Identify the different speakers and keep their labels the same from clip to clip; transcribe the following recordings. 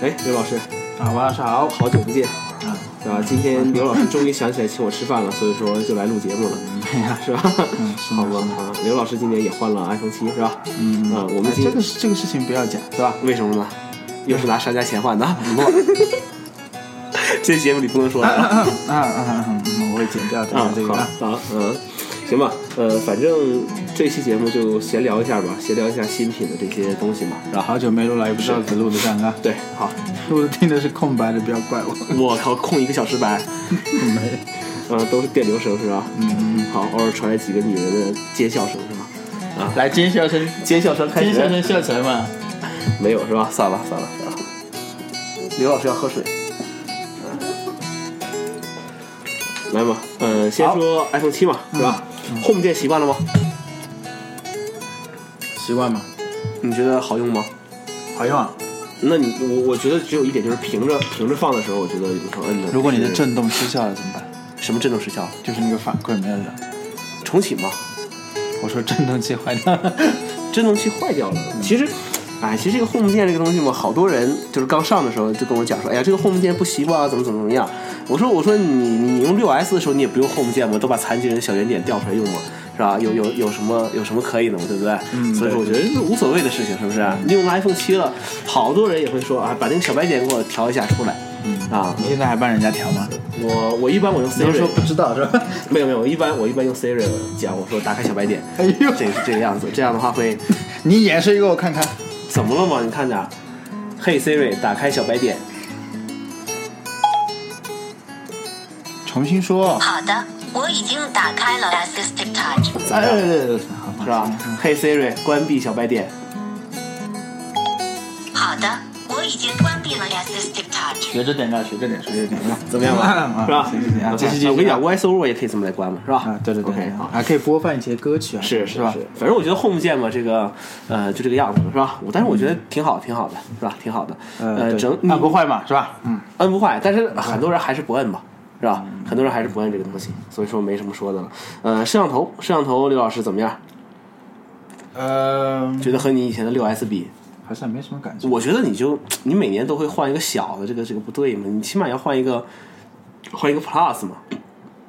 Speaker 1: 哎，刘老师，
Speaker 2: 啊，晚上好，
Speaker 1: 好久不见，
Speaker 2: 嗯，
Speaker 1: 对吧？今天刘老师终于想起来请我吃饭了，所以说就来录节目了，
Speaker 2: 哎 呀，
Speaker 1: 是吧？
Speaker 2: 嗯，是
Speaker 1: 好
Speaker 2: 吗？
Speaker 1: 吧，啊，刘老师今年也换了 iPhone 七，是吧？
Speaker 2: 嗯，
Speaker 1: 啊，我们
Speaker 2: 哎
Speaker 1: 今
Speaker 2: 这个这个事情不要讲， 对吧？
Speaker 1: 为什么呢？又是拿商家钱换 的， 这节目里不能说了啊。
Speaker 2: 嗯啊啊啊！嗯我会剪掉的
Speaker 1: 啊，
Speaker 2: 这个。啊
Speaker 1: 好啊，嗯，行吧，呃，反正这期节目就闲聊一下吧，闲聊一下新品的这些东西嘛，是吧？
Speaker 2: 好久没录了，也不知道只录的上啊，
Speaker 1: 对，好，
Speaker 2: 录的听的是空白的，不要怪我。
Speaker 1: 我靠，空一个小时白，
Speaker 2: 没，
Speaker 1: 呃，都是电流声是吧？
Speaker 2: 嗯，
Speaker 1: 好，偶尔传来几个女人的尖笑声是吧？ 啊
Speaker 2: 来尖笑声，
Speaker 1: 尖笑声开
Speaker 2: 尖
Speaker 1: 始
Speaker 2: 笑声笑成嘛。
Speaker 1: 没有是吧？算了算了算了，刘老师要喝水，嗯来嘛，呃，先说 iPhone 七嘛，是吧？Home 键习惯了吗？
Speaker 2: 习惯吗？
Speaker 1: 你觉得好用吗？
Speaker 2: 好用啊！
Speaker 1: 那你我我觉得只有一点就是平着平着放的时候，我觉得有的时候摁的。
Speaker 2: 如果你的
Speaker 1: 是
Speaker 2: 震动失效了怎么办？
Speaker 1: 什么震动失效？
Speaker 2: 就是那个反馈没有了。
Speaker 1: 重启吗？
Speaker 2: 我说震动器坏掉了，
Speaker 1: 震动器坏掉了。其实，哎，其实这个 home 键这个东西嘛，好多人就是刚上的时候就跟我讲说，哎呀，这个 home 键不习惯啊，怎么怎么怎么样。我说我说你你用六 S 的时候你也不用 home 键嘛，都把残疾人小圆点调出来用嘛。是吧？有有有什么有什么可以的嘛，对不对？嗯
Speaker 2: 嗯
Speaker 1: 所以说我觉得这无所谓的事情，是不是？你用了 iPhone 七了，好多人也会说啊，把那个小白点给我调一下出来。
Speaker 2: 嗯
Speaker 1: 啊，
Speaker 2: 你现在还帮人家调吗？
Speaker 1: 我我一般我用 Siri，
Speaker 2: 知道是吧？
Speaker 1: 没有没有，我一般我一般用 Siri 讲，我说打开小白点，
Speaker 2: 哎呦，
Speaker 1: 这个是这个样子，这样的话会
Speaker 2: 你演示一个我看看。
Speaker 1: 怎么了嘛？你看着，Hey Siri，打开小白点，
Speaker 2: 重新说。
Speaker 3: 好的，我已经打开了 Assistive Touch。
Speaker 2: 哎，
Speaker 1: 是吧？Hey Siri，关闭小白点。
Speaker 3: 好的，我已经关闭了 Assistive Touch。
Speaker 2: 学着点啊，学着点，学着点，
Speaker 1: 怎么样吧？ 是吧？
Speaker 2: 啊行行行，继续继
Speaker 1: 啊
Speaker 2: 续。
Speaker 1: 我跟你讲，Voice Over 也可以这么来关嘛，是吧？
Speaker 2: 啊，对对对
Speaker 1: OK，好。
Speaker 2: 还可以播放一些歌曲啊，
Speaker 1: 是
Speaker 2: 是
Speaker 1: 吧
Speaker 2: 吧？？
Speaker 1: 反正我觉得 Home 键嘛，这个呃就这个样子是吧？我但是我觉得挺好，挺好的是吧？挺好的。呃，
Speaker 2: 嗯对
Speaker 1: 整你
Speaker 2: 按不坏嘛，是吧？嗯，
Speaker 1: 摁不坏，但是很多人还是不摁嘛，是吧？很多人还是不摁这个东西，所以说没什么说的了。呃，摄像头，摄像头，刘老师怎么样？
Speaker 2: 呃，
Speaker 1: 觉得和你以前的六 S 比，
Speaker 2: 好像没什么感觉。
Speaker 1: 我觉得你就你每年都会换一个小的，这个这个不对嘛，你起码要换一个换一个 Plus 嘛，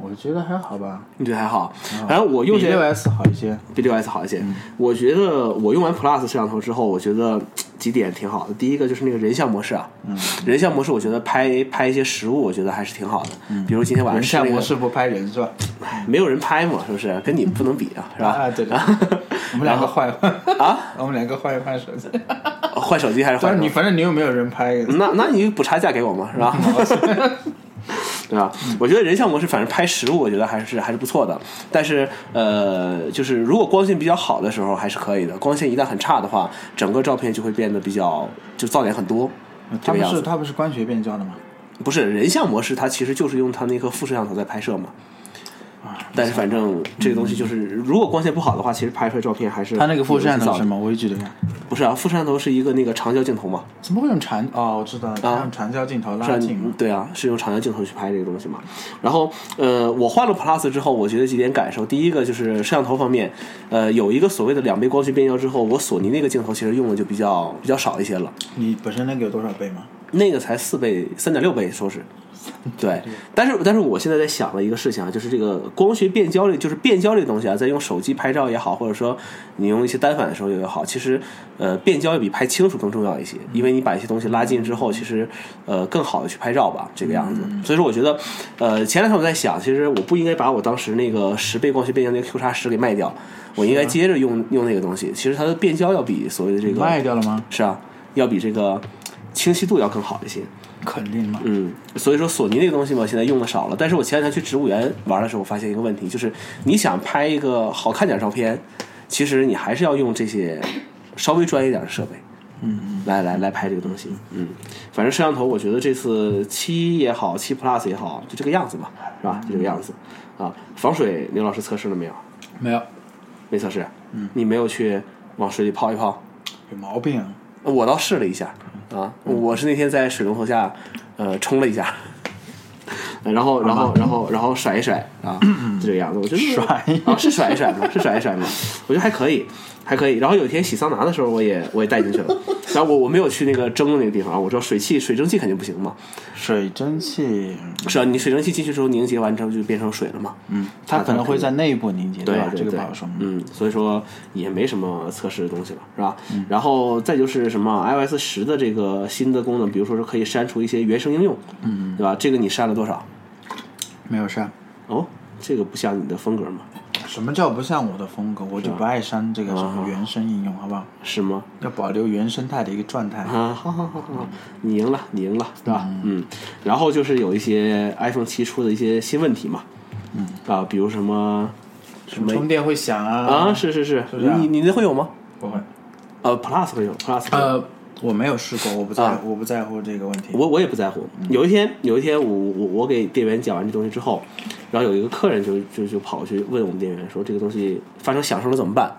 Speaker 2: 我觉得还好吧，
Speaker 1: 你觉得还好？反正我用
Speaker 2: 啊比嗯六
Speaker 1: 这
Speaker 2: S 好一些。
Speaker 1: 比六 S 好一些，我觉得我用完 Plus 摄像头之后，我觉得几点挺好的。第一个就是那个人像模式啊，
Speaker 2: 嗯
Speaker 1: 人像模式我觉得拍拍一些实物，我觉得还是挺好的，比如今天晚上
Speaker 2: 嗯人
Speaker 1: 吃
Speaker 2: 像
Speaker 1: 那个
Speaker 2: 模式不拍人是吧？
Speaker 1: 没有人拍嘛，是不是？跟你不能比啊，是吧？
Speaker 2: 啊，对对，对 我们两个换一换
Speaker 1: 啊，
Speaker 2: 我们两个换一 换手机。
Speaker 1: 换手机还是
Speaker 2: 反
Speaker 1: 换
Speaker 2: 正
Speaker 1: 什
Speaker 2: 你
Speaker 1: 么？
Speaker 2: 反正你又没有人拍，
Speaker 1: 那那你补差价给我嘛，是吧？ 对吧？我觉得人像模式反正拍实物，我觉得还是还是不错的。但是呃，就是如果光线比较好的时候还是可以的，光线一旦很差的话，整个照片就会变得比较就噪点很多。嗯这
Speaker 2: 他
Speaker 1: 个
Speaker 2: 不
Speaker 1: 样
Speaker 2: 是
Speaker 1: 子
Speaker 2: 啊他不是光学变焦的吗？
Speaker 1: 不是人像模式，它其实就是用它那颗副摄像头在拍摄嘛。
Speaker 2: 啊
Speaker 1: 但是反正这个东西就是，如果光线不好的话，其实拍出来照片还是
Speaker 2: 嗯他那个副摄像头
Speaker 1: 有一些噪
Speaker 2: 是什
Speaker 1: 点
Speaker 2: 么？我一直都看。
Speaker 1: 不是啊，副摄像头是一个那个长焦镜头嘛。
Speaker 2: 怎么会用长？哦，我知道，他用长焦镜头
Speaker 1: 啊是
Speaker 2: 拉
Speaker 1: 啊
Speaker 2: 近嘛。
Speaker 1: 对啊，是用长焦镜头去拍这个东西嘛。然后，呃，我换了 Plus 之后，我觉得几点感受。第一个就是摄像头方面，呃，有一个所谓的两倍光学变焦之后，我索尼那个镜头其实用的就比较比较少一些了，
Speaker 2: 你本身那个有多少倍吗？
Speaker 1: 那个才四倍、三点六倍，说是。对，但是但是我现在在想的一个事情啊，就是这个光学变焦这，就是变焦这个东西啊，在用手机拍照也好，或者说你用一些单反的时候也好，其实呃变焦要比拍清楚更重要一些，因为你把一些东西拉近之后，其实呃更好的去拍照吧，这个样子。所以说我觉得呃前两天我在想，其实我不应该把我当时那个十倍光学变焦那个 Q 叉十给卖掉，我应该接着用用那个东西。其实它的变焦要比所谓的这个
Speaker 2: 卖掉了吗？
Speaker 1: 是啊，要比这个清晰度要更好一些。
Speaker 2: 肯定嘛。
Speaker 1: 嗯，所以说索尼那个东西嘛，现在用的少了。但是我前两天去植物园玩的时候，我发现一个问题，就是你想拍一个好看点儿照片，其实你还是要用这些稍微专业点儿的设备，嗯，来来来拍这个东西。嗯，反正摄像头，我觉得这次七也好，七 Plus 也好，就这个样子嘛，是吧？就这个样子啊。防水，刘老师测试了没有？
Speaker 2: 没有，
Speaker 1: 没测试。嗯，你没有去往水里泡一泡？
Speaker 2: 有毛病啊！
Speaker 1: 我倒试了一下啊，我是那天在水龙头下呃冲了一下，然后然后然后然后甩一甩啊，就这个样子。我觉得
Speaker 2: 甩
Speaker 1: 啊是甩一甩嘛，是甩一甩嘛，我觉得还可以，还可以。然后有一天洗桑拿的时候，我也我也带进去了。然后我我没有去那个蒸的那个地方，啊我知道水汽水蒸气肯定不行嘛。
Speaker 2: 水蒸气，
Speaker 1: 是啊，你水蒸气进去之后凝结完之后就变成水了嘛。嗯，
Speaker 2: 它可能会在内部凝结，
Speaker 1: 对
Speaker 2: 吧？
Speaker 1: 对
Speaker 2: 这个
Speaker 1: 对
Speaker 2: 不好说。
Speaker 1: 嗯，所以说也没什么测试的东西了，是吧？然后再就是什么 iOS 十的这个新的功能，比如说是可以删除一些原生应用，嗯，对吧？这个你删了多少？
Speaker 2: 嗯没有啊删。
Speaker 1: 哦，这个不像你的风格嘛，
Speaker 2: 什么叫不像我的风格？我就不爱删这个什
Speaker 1: 啊
Speaker 2: 么原生应用，好不好？
Speaker 1: 是吗？
Speaker 2: 要保留原生态的一个状态。
Speaker 1: 啊，好好好好好，你赢了，你赢了，对吧？嗯，然后就是有一些 iPhone 七出的一些新问题嘛，嗯啊，比如什么
Speaker 2: 什嗯么充电会响啊？
Speaker 1: 啊，是是是，
Speaker 2: 不是啊
Speaker 1: 你你那会有吗？
Speaker 2: 不会。
Speaker 1: 呃，Plus 会有，Plus 会有
Speaker 2: 呃，我没有试过，我不在，
Speaker 1: 啊
Speaker 2: 我不在乎这个问题。
Speaker 1: 我我也不在乎。
Speaker 2: 嗯
Speaker 1: 有一天，有一天我我我给店员讲完这东西之后，然后有一个客人就就就跑去问我们店员说这个东西发生响声了怎么办？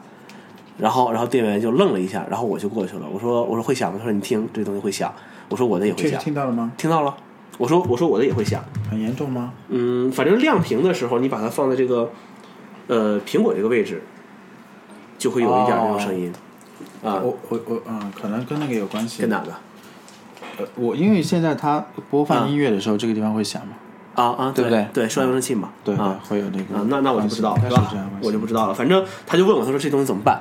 Speaker 1: 然后然后店员就愣了一下，然后我就过去了，我说我说会响吗？他说你听这个东西会响，我说我的也会
Speaker 2: 确实
Speaker 1: 响，
Speaker 2: 听到了吗？
Speaker 1: 听到了，我说我说我的也会响，
Speaker 2: 很严重吗？
Speaker 1: 嗯，反正亮屏的时候你把它放在这个呃苹果这个位置，就会有一点这种声
Speaker 2: 哦
Speaker 1: 音。啊，
Speaker 2: 我我我嗯，可能跟那个有关系。
Speaker 1: 跟哪个？
Speaker 2: 呃我因为现在它播放音乐的时候，这个地方会响嘛？
Speaker 1: 啊啊，
Speaker 2: 对不对
Speaker 1: 对，双扬声器嘛。
Speaker 2: 对，
Speaker 1: 啊，
Speaker 2: 会有那个
Speaker 1: 啊，那那我就不知道了，
Speaker 2: 关
Speaker 1: 是
Speaker 2: 系应该
Speaker 1: 吧
Speaker 2: 是这样，？
Speaker 1: 我就不知道了。反正他就问我，他说这东西怎么办？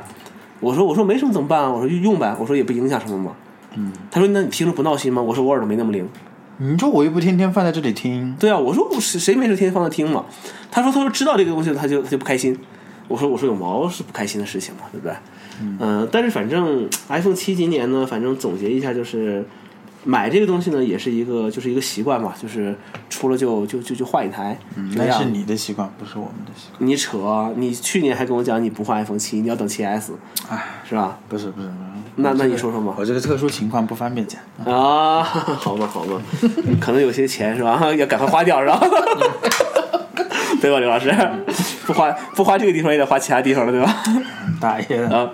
Speaker 1: 我说我说没什么怎么办啊？我说就用呗，我说也不影响什么嘛。嗯，他说那你听着不闹心吗？我说我耳朵没那么灵。
Speaker 2: 你说我又不天天放在这里听，
Speaker 1: 对啊，我说我谁谁没事天天放着听嘛？他说他说知道这个东西他就他就不开心。我说我说有毛是不开心的事情嘛，对不对？嗯、但是反正 iPhone 七今年呢，反正总结一下就是。买这个东西呢，也是一个就是一个习惯嘛，就是出了就就就就换一台，嗯
Speaker 2: 那是你的习惯，不是我们的习惯。
Speaker 1: 你扯，你去年还跟我讲你不换 iPhone 七，你要等七 S，
Speaker 2: 哎，
Speaker 1: 是吧？
Speaker 2: 不是不是，不是
Speaker 1: 那那你说说嘛？
Speaker 2: 我这个特殊情况不方便讲。
Speaker 1: 啊，好嘛好嘛，可能有些钱是吧？ 要赶快花掉是吧？对吧，刘老师？不花不花这个地方也得花其他地方了，对吧？
Speaker 2: 嗯大爷的，
Speaker 1: 啊，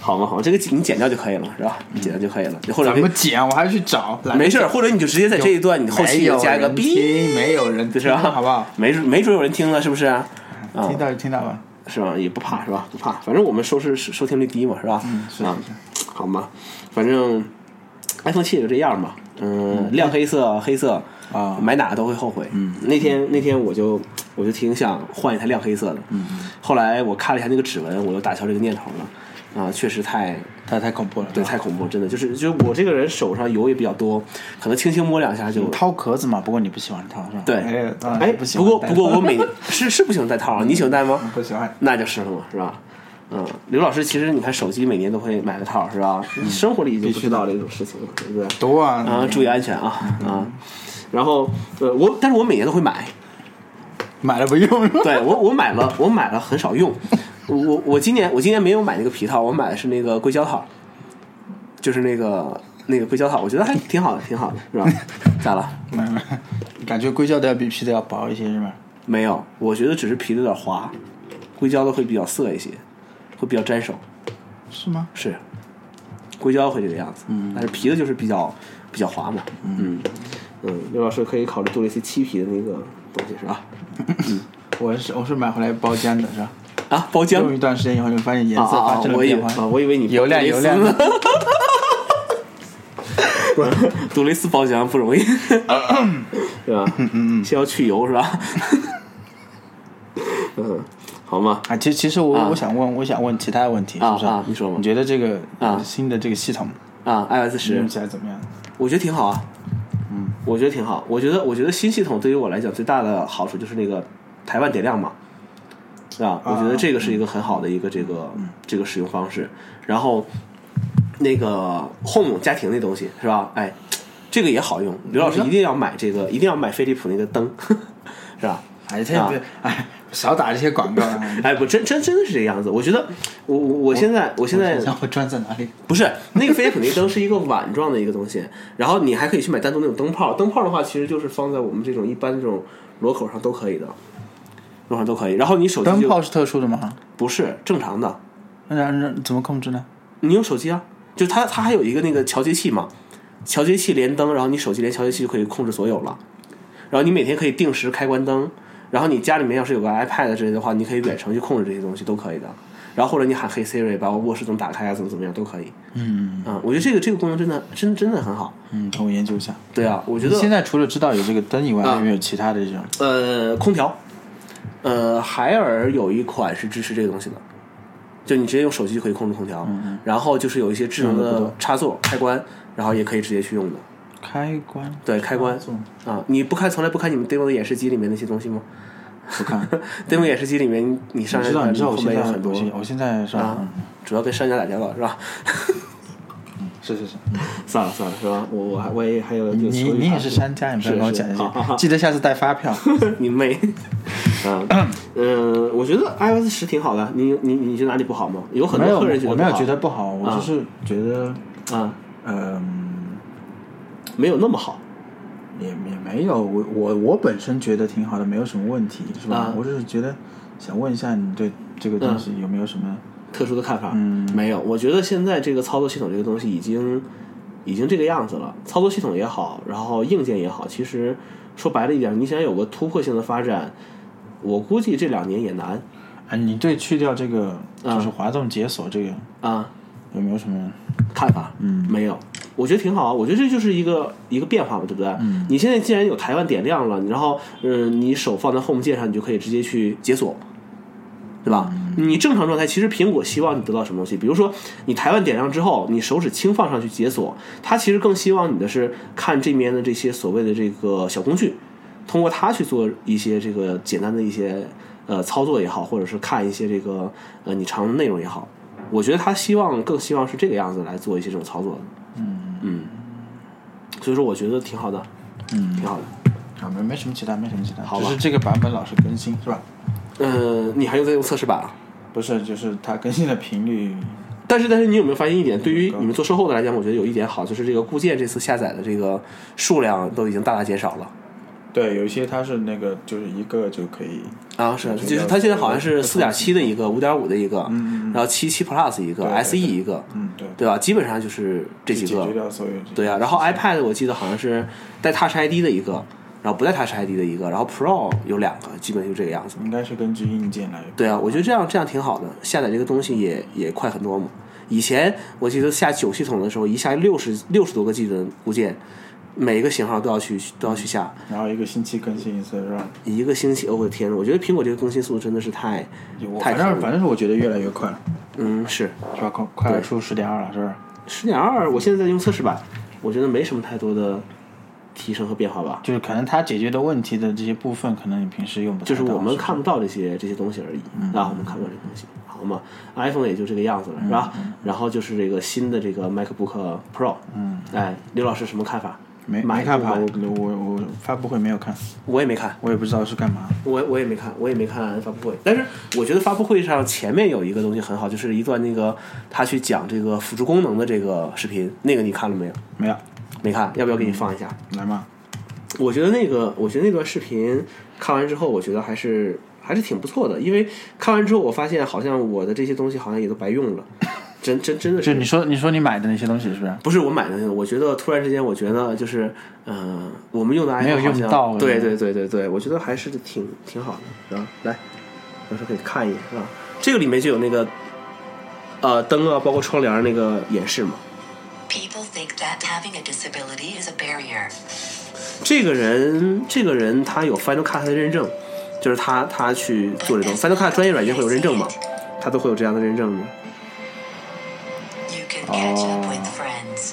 Speaker 1: 好嘛好嘛，这个你剪掉就可以了，是吧？你剪掉就可以了，或者
Speaker 2: 怎么剪？我还去找。来
Speaker 1: 没事儿，或者你就直接在这一段你后期
Speaker 2: 没有
Speaker 1: 加一个
Speaker 2: 人
Speaker 1: 逼，
Speaker 2: 听没有人听，
Speaker 1: 是吧？
Speaker 2: 好不好？？
Speaker 1: 没准没准有人听了，是不是？啊，
Speaker 2: 听到就听到吧。
Speaker 1: 是吧？也不怕是吧？不怕，反正我们收视收听率低嘛，是吧？嗯
Speaker 2: 是
Speaker 1: 啊
Speaker 2: 是，
Speaker 1: 好嘛，反正 iPhone 七也就这样嘛。嗯，亮黑色、黑色
Speaker 2: 啊
Speaker 1: 买哪个都会后悔。嗯，那天那天我就我就挺想换一台亮黑色的。嗯，后来我看了一下那个指纹，我又打消这个念头了。啊，确实太
Speaker 2: 太太恐怖了，
Speaker 1: 对太恐怖了，真的就是就是我这个人手上油也比较多，可能轻轻摸两下就
Speaker 2: 掏壳子嘛。不过你不喜欢掏是吧？
Speaker 1: 对。
Speaker 2: 嗯哎，当然
Speaker 1: 哎，
Speaker 2: 不喜
Speaker 1: 不
Speaker 2: 欢
Speaker 1: 过
Speaker 2: 戴
Speaker 1: 不过 我每是是不喜欢戴套啊，你喜欢戴吗？
Speaker 2: 不喜欢。
Speaker 1: 那就是了嘛，是吧？嗯，刘老师，其实你看手机每年都会买个套，是吧？你生活里已经不知道这种事情了，对不对？
Speaker 2: 多啊！
Speaker 1: 啊，注意安全啊啊！然后呃，我但是我每年都会买，
Speaker 2: 买了不用是吧？
Speaker 1: 对我我买了，我买了很少用。我我我今年我今年没有买那个皮套，我买的是那个硅胶套，就是那个那个硅胶套，我觉得还挺好的，挺好的，是吧？咋了？
Speaker 2: 买了，感觉硅胶的要比皮的要薄一些是吧？
Speaker 1: 没有，我觉得只是皮的有点滑，硅胶的会比较涩一些，会比较粘手。
Speaker 2: 是吗？
Speaker 1: 是，硅胶会这个样子，嗯，但是皮的就是比较比较滑嘛，嗯嗯，刘老师可以考虑杜蕾斯漆皮的那个东西是吧？
Speaker 2: 我是我是买回来包浆的是吧？
Speaker 1: 啊，包浆
Speaker 2: 用一段时间以后，你发现颜
Speaker 1: 啊
Speaker 2: 色
Speaker 1: 啊
Speaker 2: 发
Speaker 1: 啊！
Speaker 2: 生了
Speaker 1: 我以
Speaker 2: 变
Speaker 1: 为
Speaker 2: 化，
Speaker 1: 啊，我以为你
Speaker 2: 油亮
Speaker 1: 包
Speaker 2: 油
Speaker 1: 杜蕾斯
Speaker 2: 亮
Speaker 1: 呢
Speaker 2: 的。
Speaker 1: 杜蕾斯包浆不容易，嗯是吧？先要去油是吧？ 嗯，好吗？
Speaker 2: 啊，其实其实我、
Speaker 1: 啊
Speaker 2: 我想问，我想问其他的问题，
Speaker 1: 啊
Speaker 2: 是不是？
Speaker 1: 啊你说吧
Speaker 2: 你觉得这个、
Speaker 1: 啊
Speaker 2: 新的这个系统
Speaker 1: 啊，iOS 十
Speaker 2: 用起来怎么样？
Speaker 1: 我觉得挺好啊，嗯，我觉得挺好。我觉得，我觉得新系统对于我来讲最大的好处就是那个台湾点亮嘛，对吧？我觉得这个是一个很好的一个这个、这个使用方式。然后那个 Home 家庭那东西是吧？哎，这个也好用。刘老师一定要买这个，一定要买飞利浦那个灯， 是吧？
Speaker 2: 哎，这不、哎，少打这些广告、 啊。
Speaker 1: 哎，不，真真真的是这个样子。我觉得，我我我现在我现在
Speaker 2: 让我装在哪里？
Speaker 1: 不是那个飞利浦那个灯是一个碗状的一个东 西，然后你还可以去买单独那种灯泡。灯泡的话，其实就是放在我们这种一般这种螺口上都可以的，螺口上都可以。然后你手机
Speaker 2: 灯
Speaker 1: 就
Speaker 2: 泡是特殊的吗？
Speaker 1: 不是正常的，
Speaker 2: 那那怎么控制呢？
Speaker 1: 你用手机啊，就它它还有一个那个调节器嘛，调节器连灯，然后你手机连调节器就可以控制所有了。然后你每天可以定时开关灯，然后你家里面要是有个 iPad 之类的话，你可以远程去控制这些东西都可以的。然后或者你喊黑 Siri 把我卧室灯打开啊，怎么怎么样都可以。
Speaker 2: 嗯，
Speaker 1: 啊、我觉得这个这个功能真的真真的很好。
Speaker 2: 嗯，等我研究一下。
Speaker 1: 对啊，我觉
Speaker 2: 你
Speaker 1: 得
Speaker 2: 现在除了知道有这个灯以外，
Speaker 1: 啊
Speaker 2: 还有没有其他的这种？
Speaker 1: 呃，空调，呃，海尔有一款是支持这个东西的，就你直接用手机就可以控制空调，然后就是有一些智能
Speaker 2: 用得不
Speaker 1: 的
Speaker 2: 多
Speaker 1: 插座开关，然后也可以直接去用的。
Speaker 2: 开关？
Speaker 1: 对，开关
Speaker 2: 哦这种
Speaker 1: 啊，你不开从来不开你们 demo 的演示机里面那些东西 吗
Speaker 2: 不 看。
Speaker 1: ？demo 演示机里面你上
Speaker 2: 你知道，
Speaker 1: 来
Speaker 2: 你知道我
Speaker 1: 后
Speaker 2: 现
Speaker 1: 面
Speaker 2: 在
Speaker 1: 有很多
Speaker 2: 我现我现在是吧？
Speaker 1: 啊
Speaker 2: 嗯，
Speaker 1: 主要跟商家打交道是吧？
Speaker 2: 是是是，
Speaker 1: 算了算了是吧？我我还我也还有
Speaker 2: 你你也是啊商家，你不要
Speaker 1: 是
Speaker 2: 跟
Speaker 1: 是
Speaker 2: 我讲这
Speaker 1: 好好
Speaker 2: 些，
Speaker 1: 好
Speaker 2: 记得下次带发票。
Speaker 1: 你妹。 嗯
Speaker 2: 啊
Speaker 1: 嗯，我觉得 iOS 十挺好的，你你你觉得哪里不好吗？有很
Speaker 2: 没有，
Speaker 1: 多客人觉得
Speaker 2: 我没有觉
Speaker 1: 得
Speaker 2: 得不好，我
Speaker 1: 啊
Speaker 2: 就是觉得，
Speaker 1: 啊，
Speaker 2: 嗯，
Speaker 1: 没有那么好。
Speaker 2: 也也没有，我我我本身觉得挺好的，没有什么问题，是吧
Speaker 1: 啊？
Speaker 2: 我只是觉得想问一下你对这个东西有没有什么？
Speaker 1: 特殊的看法，
Speaker 2: 嗯
Speaker 1: 没有。我觉得现在这个操作系统这个东西已经已经这个样子了，操作系统也好，然后硬件也好，其实说白了一点，你想有个突破性的发展，我估计这两年也难
Speaker 2: 啊，你对去掉这个
Speaker 1: 啊
Speaker 2: 就是滑动解锁这个
Speaker 1: 啊。
Speaker 2: 有没有什么？
Speaker 1: 看法，嗯，没有，我觉得挺好啊。我觉得这就是一个一个变化嘛，对不对？嗯，你现在既然有台湾点亮了，然后嗯、呃你手放在 Home 键上，你就可以直接去解锁，对吧？你正常状态，其实苹果希望你得到什么东西？比如说你台湾点亮之后，你手指轻放上去解锁，它其实更希望你的是看这边的这些所谓的这个小工具，通过它去做一些这个简单的一些呃操作也好，或者是看一些这个呃你常用的内容也好。我觉得他希望更希望是这个样子来做一些这种操作的。嗯所以说我觉得挺好的，
Speaker 2: 嗯
Speaker 1: 挺，好的。
Speaker 2: 啊，没没什么其他，没什么其他，
Speaker 1: 好吧
Speaker 2: 只是这个版本老是更新，是吧？
Speaker 1: 嗯，你还用在用测试版啊？
Speaker 2: 不是，就是它更新的频率，
Speaker 1: 但是但是你有没有发现一点？对于你们做售后的来讲，我觉得有一点好，就是这个固件这次下载的这个数量都已经大大减少了。
Speaker 2: 对，有一些它是那个就是一个就可以，
Speaker 1: 啊，是，
Speaker 2: 这个
Speaker 1: 就是它现在好像是四点七的一个，五点五的一个，
Speaker 2: 嗯嗯嗯
Speaker 1: 然后七七 Plus 一个
Speaker 2: 对对
Speaker 1: ，SE 一个，
Speaker 2: 嗯，对，
Speaker 1: 对吧？基本上就是这几
Speaker 2: 解
Speaker 1: 个
Speaker 2: 决。掉所有这些
Speaker 1: 对啊，然后 iPad 我记得好像是带 Touch ID 的一个，然后不带 Touch ID 的一个，然后 Pro 有两个，基本就这个样子。
Speaker 2: 应该是根据硬件来，
Speaker 1: 对啊，我觉得这样这样挺好的，下载这个东西也也快很多嘛。以前我记得下九系统的时候，一下六十六十多个 G 的固件，每一个型号都要去都要去下
Speaker 2: 然后一个星期更新一次，是吧？
Speaker 1: 一个星期。哦，我的天呐，我觉得苹果这个更新速度真的是太，
Speaker 2: 我
Speaker 1: 太
Speaker 2: 反
Speaker 1: 坑
Speaker 2: 正
Speaker 1: 了
Speaker 2: 反正是我觉得越来越快了，
Speaker 1: 嗯，是
Speaker 2: 是吧？快快要出十点二了，是不是？
Speaker 1: 十点二，我现在在用测试版，我觉得没什么太多的提升和变化吧，
Speaker 2: 就是可能它解决的问题的这些部分，可能你平时用不太
Speaker 1: 就
Speaker 2: 到嗯
Speaker 1: 是我们看不到这些这些东西而已、啊，我们看不到这些东西，好嘛，iPhone 也就这个样子了，是
Speaker 2: 嗯
Speaker 1: 吧？然后就是这个新的这个 MacBook Pro，嗯，哎，刘老师什么看法？
Speaker 2: 没
Speaker 1: 买
Speaker 2: 没看法，
Speaker 1: 不买
Speaker 2: 我我我发布会没有看，
Speaker 1: 我也没看，
Speaker 2: 我也不知道是干嘛。
Speaker 1: 我我也没看，我也没看发布会。但是我觉得发布会上前面有一个东西很好，就是一段那个他去讲这个辅助功能的这个视频，那个你看了没有？
Speaker 2: 没有，
Speaker 1: 没看，要不要给你放一下？
Speaker 2: 来嘛，
Speaker 1: 我觉得那个，我觉得那段视频看完之后，我觉得还是还是挺不错的，因为看完之后我发现好像我的这些东西好像也都白用了，真真真的
Speaker 2: 就是你说你说你买的那些东西是不是？
Speaker 1: 不是我买的那个，我觉得突然之间，我觉得就是，嗯、我们用的 iPhone
Speaker 2: 没有用
Speaker 1: 好像
Speaker 2: 到
Speaker 1: 对对对对对，我觉得还是挺挺好的，是吧？来，到时候可以看一眼，是吧？这个里面就有那个，呃，灯啊，包括窗帘儿那个演示嘛。
Speaker 3: People think that having a disability is a barrier.
Speaker 1: 这个人，这个人他有 Final Cut 的认证，就是他他去做这种 Final Cut 专业软件会有认证嘛，他都会有这样的认证嘛。
Speaker 3: You can catch up
Speaker 2: Oh.
Speaker 3: with friends.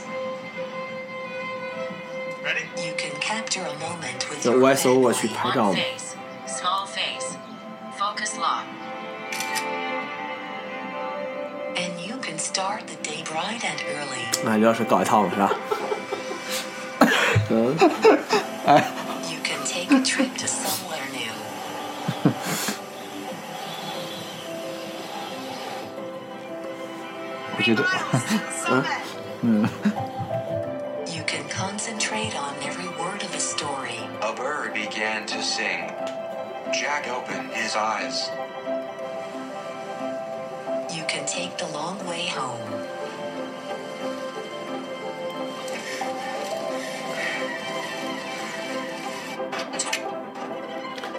Speaker 4: Ready?
Speaker 3: You can capture a moment with
Speaker 1: The
Speaker 3: your
Speaker 1: voice over
Speaker 3: family.
Speaker 1: 去拍照嘛。
Speaker 5: face, small face, focus lock.
Speaker 3: And you can start the day bright and early.
Speaker 1: 啊，刘老师搞一套嘛，是吧？嗯，
Speaker 3: You can take a trip to somewhere new.
Speaker 2: 我觉得
Speaker 3: You can concentrate on every word of a story.
Speaker 4: A bird began to sing. Jack opened his eyes.
Speaker 3: You can take the long way home.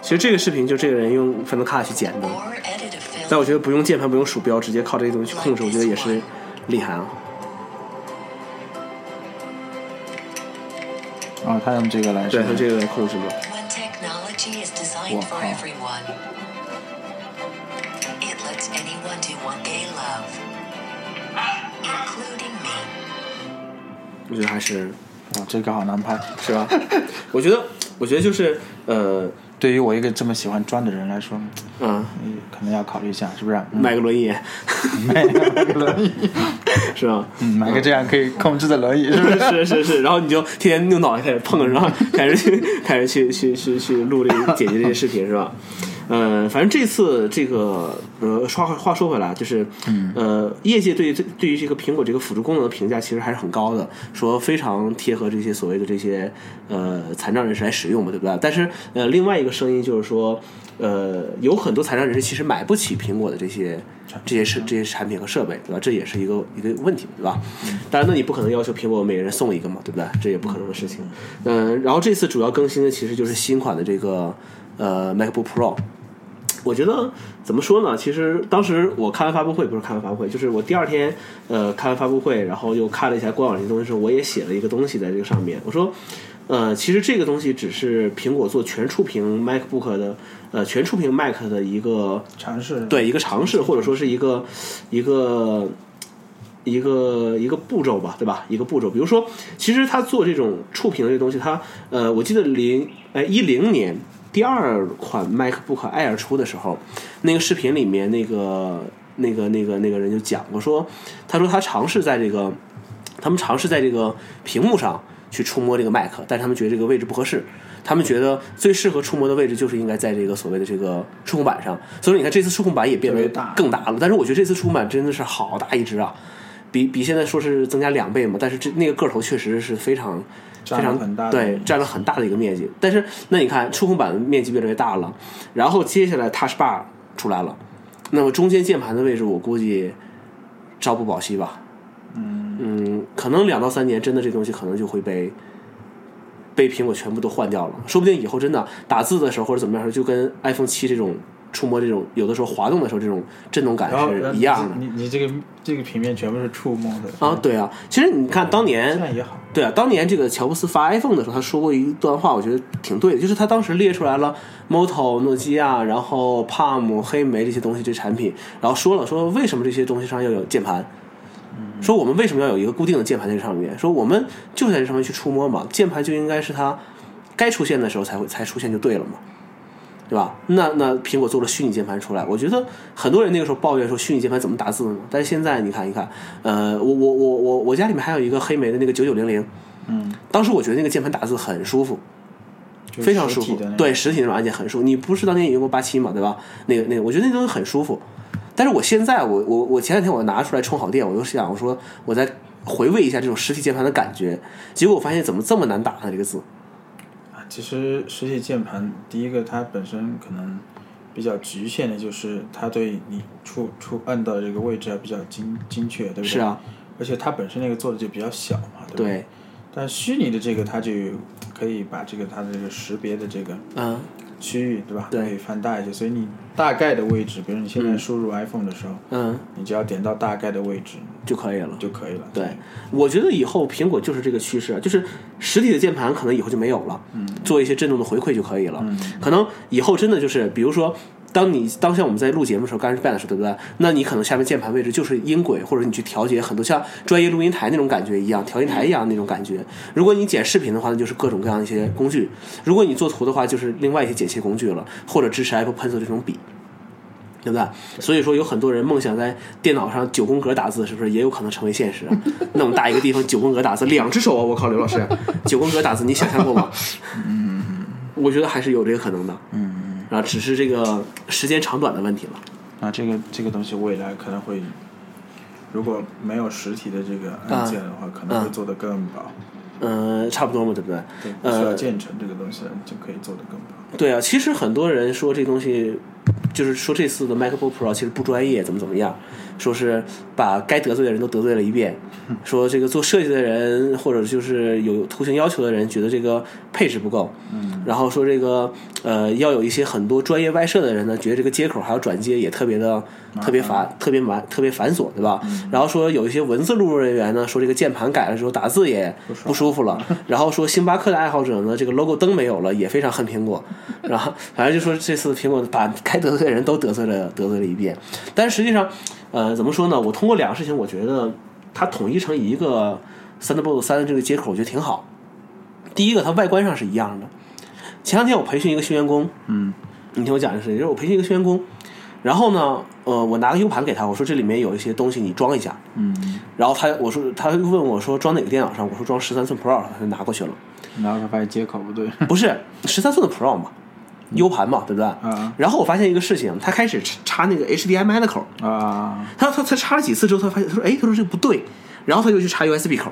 Speaker 1: 其实这个视频就这个人用 Final Cut 去剪的。
Speaker 3: Or edit a film
Speaker 1: 但我觉得不用键盘，不用鼠标，直接靠这些东西去控制，我觉得也是厉害啊。
Speaker 2: 啊，他用这个来
Speaker 1: 对，
Speaker 2: 说，
Speaker 1: 它这个来控制嘛。
Speaker 3: When technology is designed for
Speaker 2: Wow.
Speaker 3: everyone, it lets anyone do what they love, including me.
Speaker 1: 我觉得还是
Speaker 2: 哇，哦这个好难拍。
Speaker 1: 是吧？我觉得，我觉得就是呃，
Speaker 2: 对于我一个这么喜欢转的人来说，
Speaker 1: 嗯，
Speaker 2: 嗯可能要考虑一下，是不是？ 嗯
Speaker 1: 买个轮椅
Speaker 2: 买个轮椅，
Speaker 1: 是吧？
Speaker 2: 嗯买个这样可以控制的 轮椅，是不是？
Speaker 1: 是是是，然后你就天天用脑袋开始碰，然后开始去开始去去去去录这个解决这些视频是吧？呃，反正这次这个呃，话话说回来，就是呃，业界对这对于这个苹果这个辅助功能的评价其实还是很高的，说非常贴合这些所谓的这些呃残障人士来使用嘛，对不对？但是呃，另外一个声音就是说，呃，有很多残障人士其实买不起苹果的这些这些设这些产品和设备，对吧？这也是一个一个问题，对吧？当然，那你不可能要求苹果每人送一个嘛，对不对？这也不可能的事情。嗯、然后这次主要更新的其实就是新款的这个呃 MacBook Pro。我觉得怎么说呢？其实当时我看完发布会，不是看完发布会，就是我第二天呃看完发布会，然后又看了一下官网这些东西的时候，我也写了一个东西在这个上面。我说，呃，其实这个东西只是苹果做全触屏 MacBook 的呃全触屏 Mac 的一个
Speaker 2: 尝试
Speaker 1: 对一个尝试，或者说是一个一个一个一个步骤吧，对吧？一个步骤，比如说，其实他做这种触屏这东西，他呃，我记得零哎一零年第二款 MacBook Air 出的时候，那个视频里面那个那个那个那个人就讲过说，他说他尝试在这个他们尝试在这个屏幕上去触摸这个 Mac，但是他们觉得这个位置不合适，他们觉得最适合触摸的位置就是应该在这个所谓的这个触控板上。所以你看这次触控板也变得
Speaker 2: 特别大
Speaker 1: 更大了，但是我觉得这次触控板真的是好大一只啊，比比现在说是增加两倍嘛，但是这那个个头确实是非常。非
Speaker 2: 占了
Speaker 1: 常
Speaker 2: 很大的面
Speaker 1: 对
Speaker 2: 积，
Speaker 1: 占了很大的一个面积。但是那你看，触控板的面积越来越大了，然后接下来 Touch Bar 出来了，那么中间键盘的位置，我估计朝不保夕吧。嗯，可能两到三年，真的这东西可能就会被被苹果全部都换掉了。说不定以后真的打字的时候或者怎么样的时候，就跟 iPhone 七这种触摸这种有的时候滑动的时候这种震动感
Speaker 2: 然后
Speaker 1: 是一样的
Speaker 2: 你你这个这个平面全部是触摸的，
Speaker 1: 啊。对啊，其实你看当年
Speaker 2: 这样也好。
Speaker 1: 对啊，当年这个乔布斯发 iPhone 的时候，他说过一段话，我觉得挺对的，就是他当时列出来了 Moto、诺基亚，然后 Palm、黑莓这些东西这产品，然后说了说为什么这些东西上要有键盘，说我们为什么要有一个固定的键盘在这上面，说我们就在这上面去触摸嘛，键盘就应该是它该出现的时候才会才出现就对了嘛。对吧？那那苹果做了虚拟键盘出来，我觉得很多人那个时候抱怨说虚拟键盘怎么打字呢？但是现在你看一看，呃，我我我我我家里面还有一个黑莓的那个九九零零，
Speaker 2: 嗯，
Speaker 1: 当时我觉得那个键盘打字很舒服，
Speaker 2: 就是
Speaker 1: 非常
Speaker 2: 实
Speaker 1: 舒
Speaker 2: 体
Speaker 1: 服
Speaker 2: 的那，种
Speaker 1: 对，实体那种按键很舒服。你不是当年也用过八七嘛，对吧？那个那个，我觉得那东西很舒服。但是我现在我我我前两天我拿出来充好电，我就想我说我再回味一下这种实体键盘的感觉，结果我发现怎么这么难打呢？这个字，
Speaker 2: 啊，其实实体键盘，第一个它本身可能比较局限的就是它对你触触按到这个位置啊比较精精确，对不对？
Speaker 1: 是啊。
Speaker 2: 而且它本身那个做的就比较小嘛，对不对？
Speaker 1: 对，
Speaker 2: 但虚拟的这个，它就可以把这个它的这个识别的这个
Speaker 1: 嗯，
Speaker 2: 区域，对吧？
Speaker 1: 对
Speaker 2: 可以放大一些，所以你大概的位置，比如你现在输入 iPhone 的时候，
Speaker 1: 嗯
Speaker 2: 你只要点到大概的位置
Speaker 1: 就可以了。
Speaker 2: 就可以了。
Speaker 1: 对，我觉得以后苹果就是这个趋势啊，就是实体的键盘可能以后就没有了，做一些震动的回馈就可以了。可能以后真的就是，比如说，当你当下我们在录节目的时候，刚开始办的时候，对不对？那你可能下面键盘位置就是音轨，或者你去调节很多像专业录音台那种感觉一样，调音台一样那种感觉。如果你剪视频的话，那就是各种各样的一些工具；如果你做图的话，就是另外一些剪切工具了，或者支持 Apple Pencil 这种笔。对不对？所以说有很多人梦想在电脑上九宫格打字，是不是也有可能成为现实啊？ 那么大一个地方九宫格打字，两只手啊！我靠，刘老师，九宫格打字你想象过吗？我觉得还是有这个可能的。嗯啊，只是这个时间长短的问题了。
Speaker 2: 那这个这个东西未来可能会，如果没有实体的这个按键的话，可能会做得更薄。
Speaker 1: 嗯，差不多嘛，对不对？
Speaker 2: 对，不需要
Speaker 1: 呃，
Speaker 2: 建成这个东西了，你就可以做得更薄。
Speaker 1: 对啊，其实很多人说这东西就是说这次的 MacBook Pro 其实不专业，怎么怎么样，说是把该得罪的人都得罪了一遍，说这个做设计的人或者就是有图形要求的人觉得这个配置不够，嗯，然后说这个呃要有一些很多专业外设的人呢，觉得这个接口还要转接也特别的特别烦，特别麻特别繁琐，对吧？然后说有一些文字录入人员呢，说这个键盘改了之后打字也不舒服了，然后说星巴克的爱好者呢，这个 logo 灯没有了，也非常恨苹果，然后反正就说这次苹果把该得罪的人都得罪了得罪了一遍，但是实际上，呃，怎么说呢？我通过两个事情，我觉得它统一成一个 Thunderbolt 三的这个接口，我觉得挺好。第一个，它外观上是一样的。前两天我培训一个新员工，
Speaker 2: 嗯，
Speaker 1: 你听我讲一个事情，就是我培训一个新员工，然后呢，呃，我拿个 U 盘给他，我说这里面有一些东西你装一下，
Speaker 2: 嗯，
Speaker 1: 然后他我说他就问我说装哪个电脑上，我说装十三寸 Pro，上他就拿过去了，
Speaker 2: 然后他发现接口不对，
Speaker 1: 不是十三寸的 Pro 嘛，U 盘嘛，对不对？
Speaker 2: 啊
Speaker 1: 然后我发现一个事情，他开始插插那个 HDMI 的口，
Speaker 2: 啊，
Speaker 1: 他他他插了几次之后，他发现他说哎，他说这不对，然后他就去插 USB 口，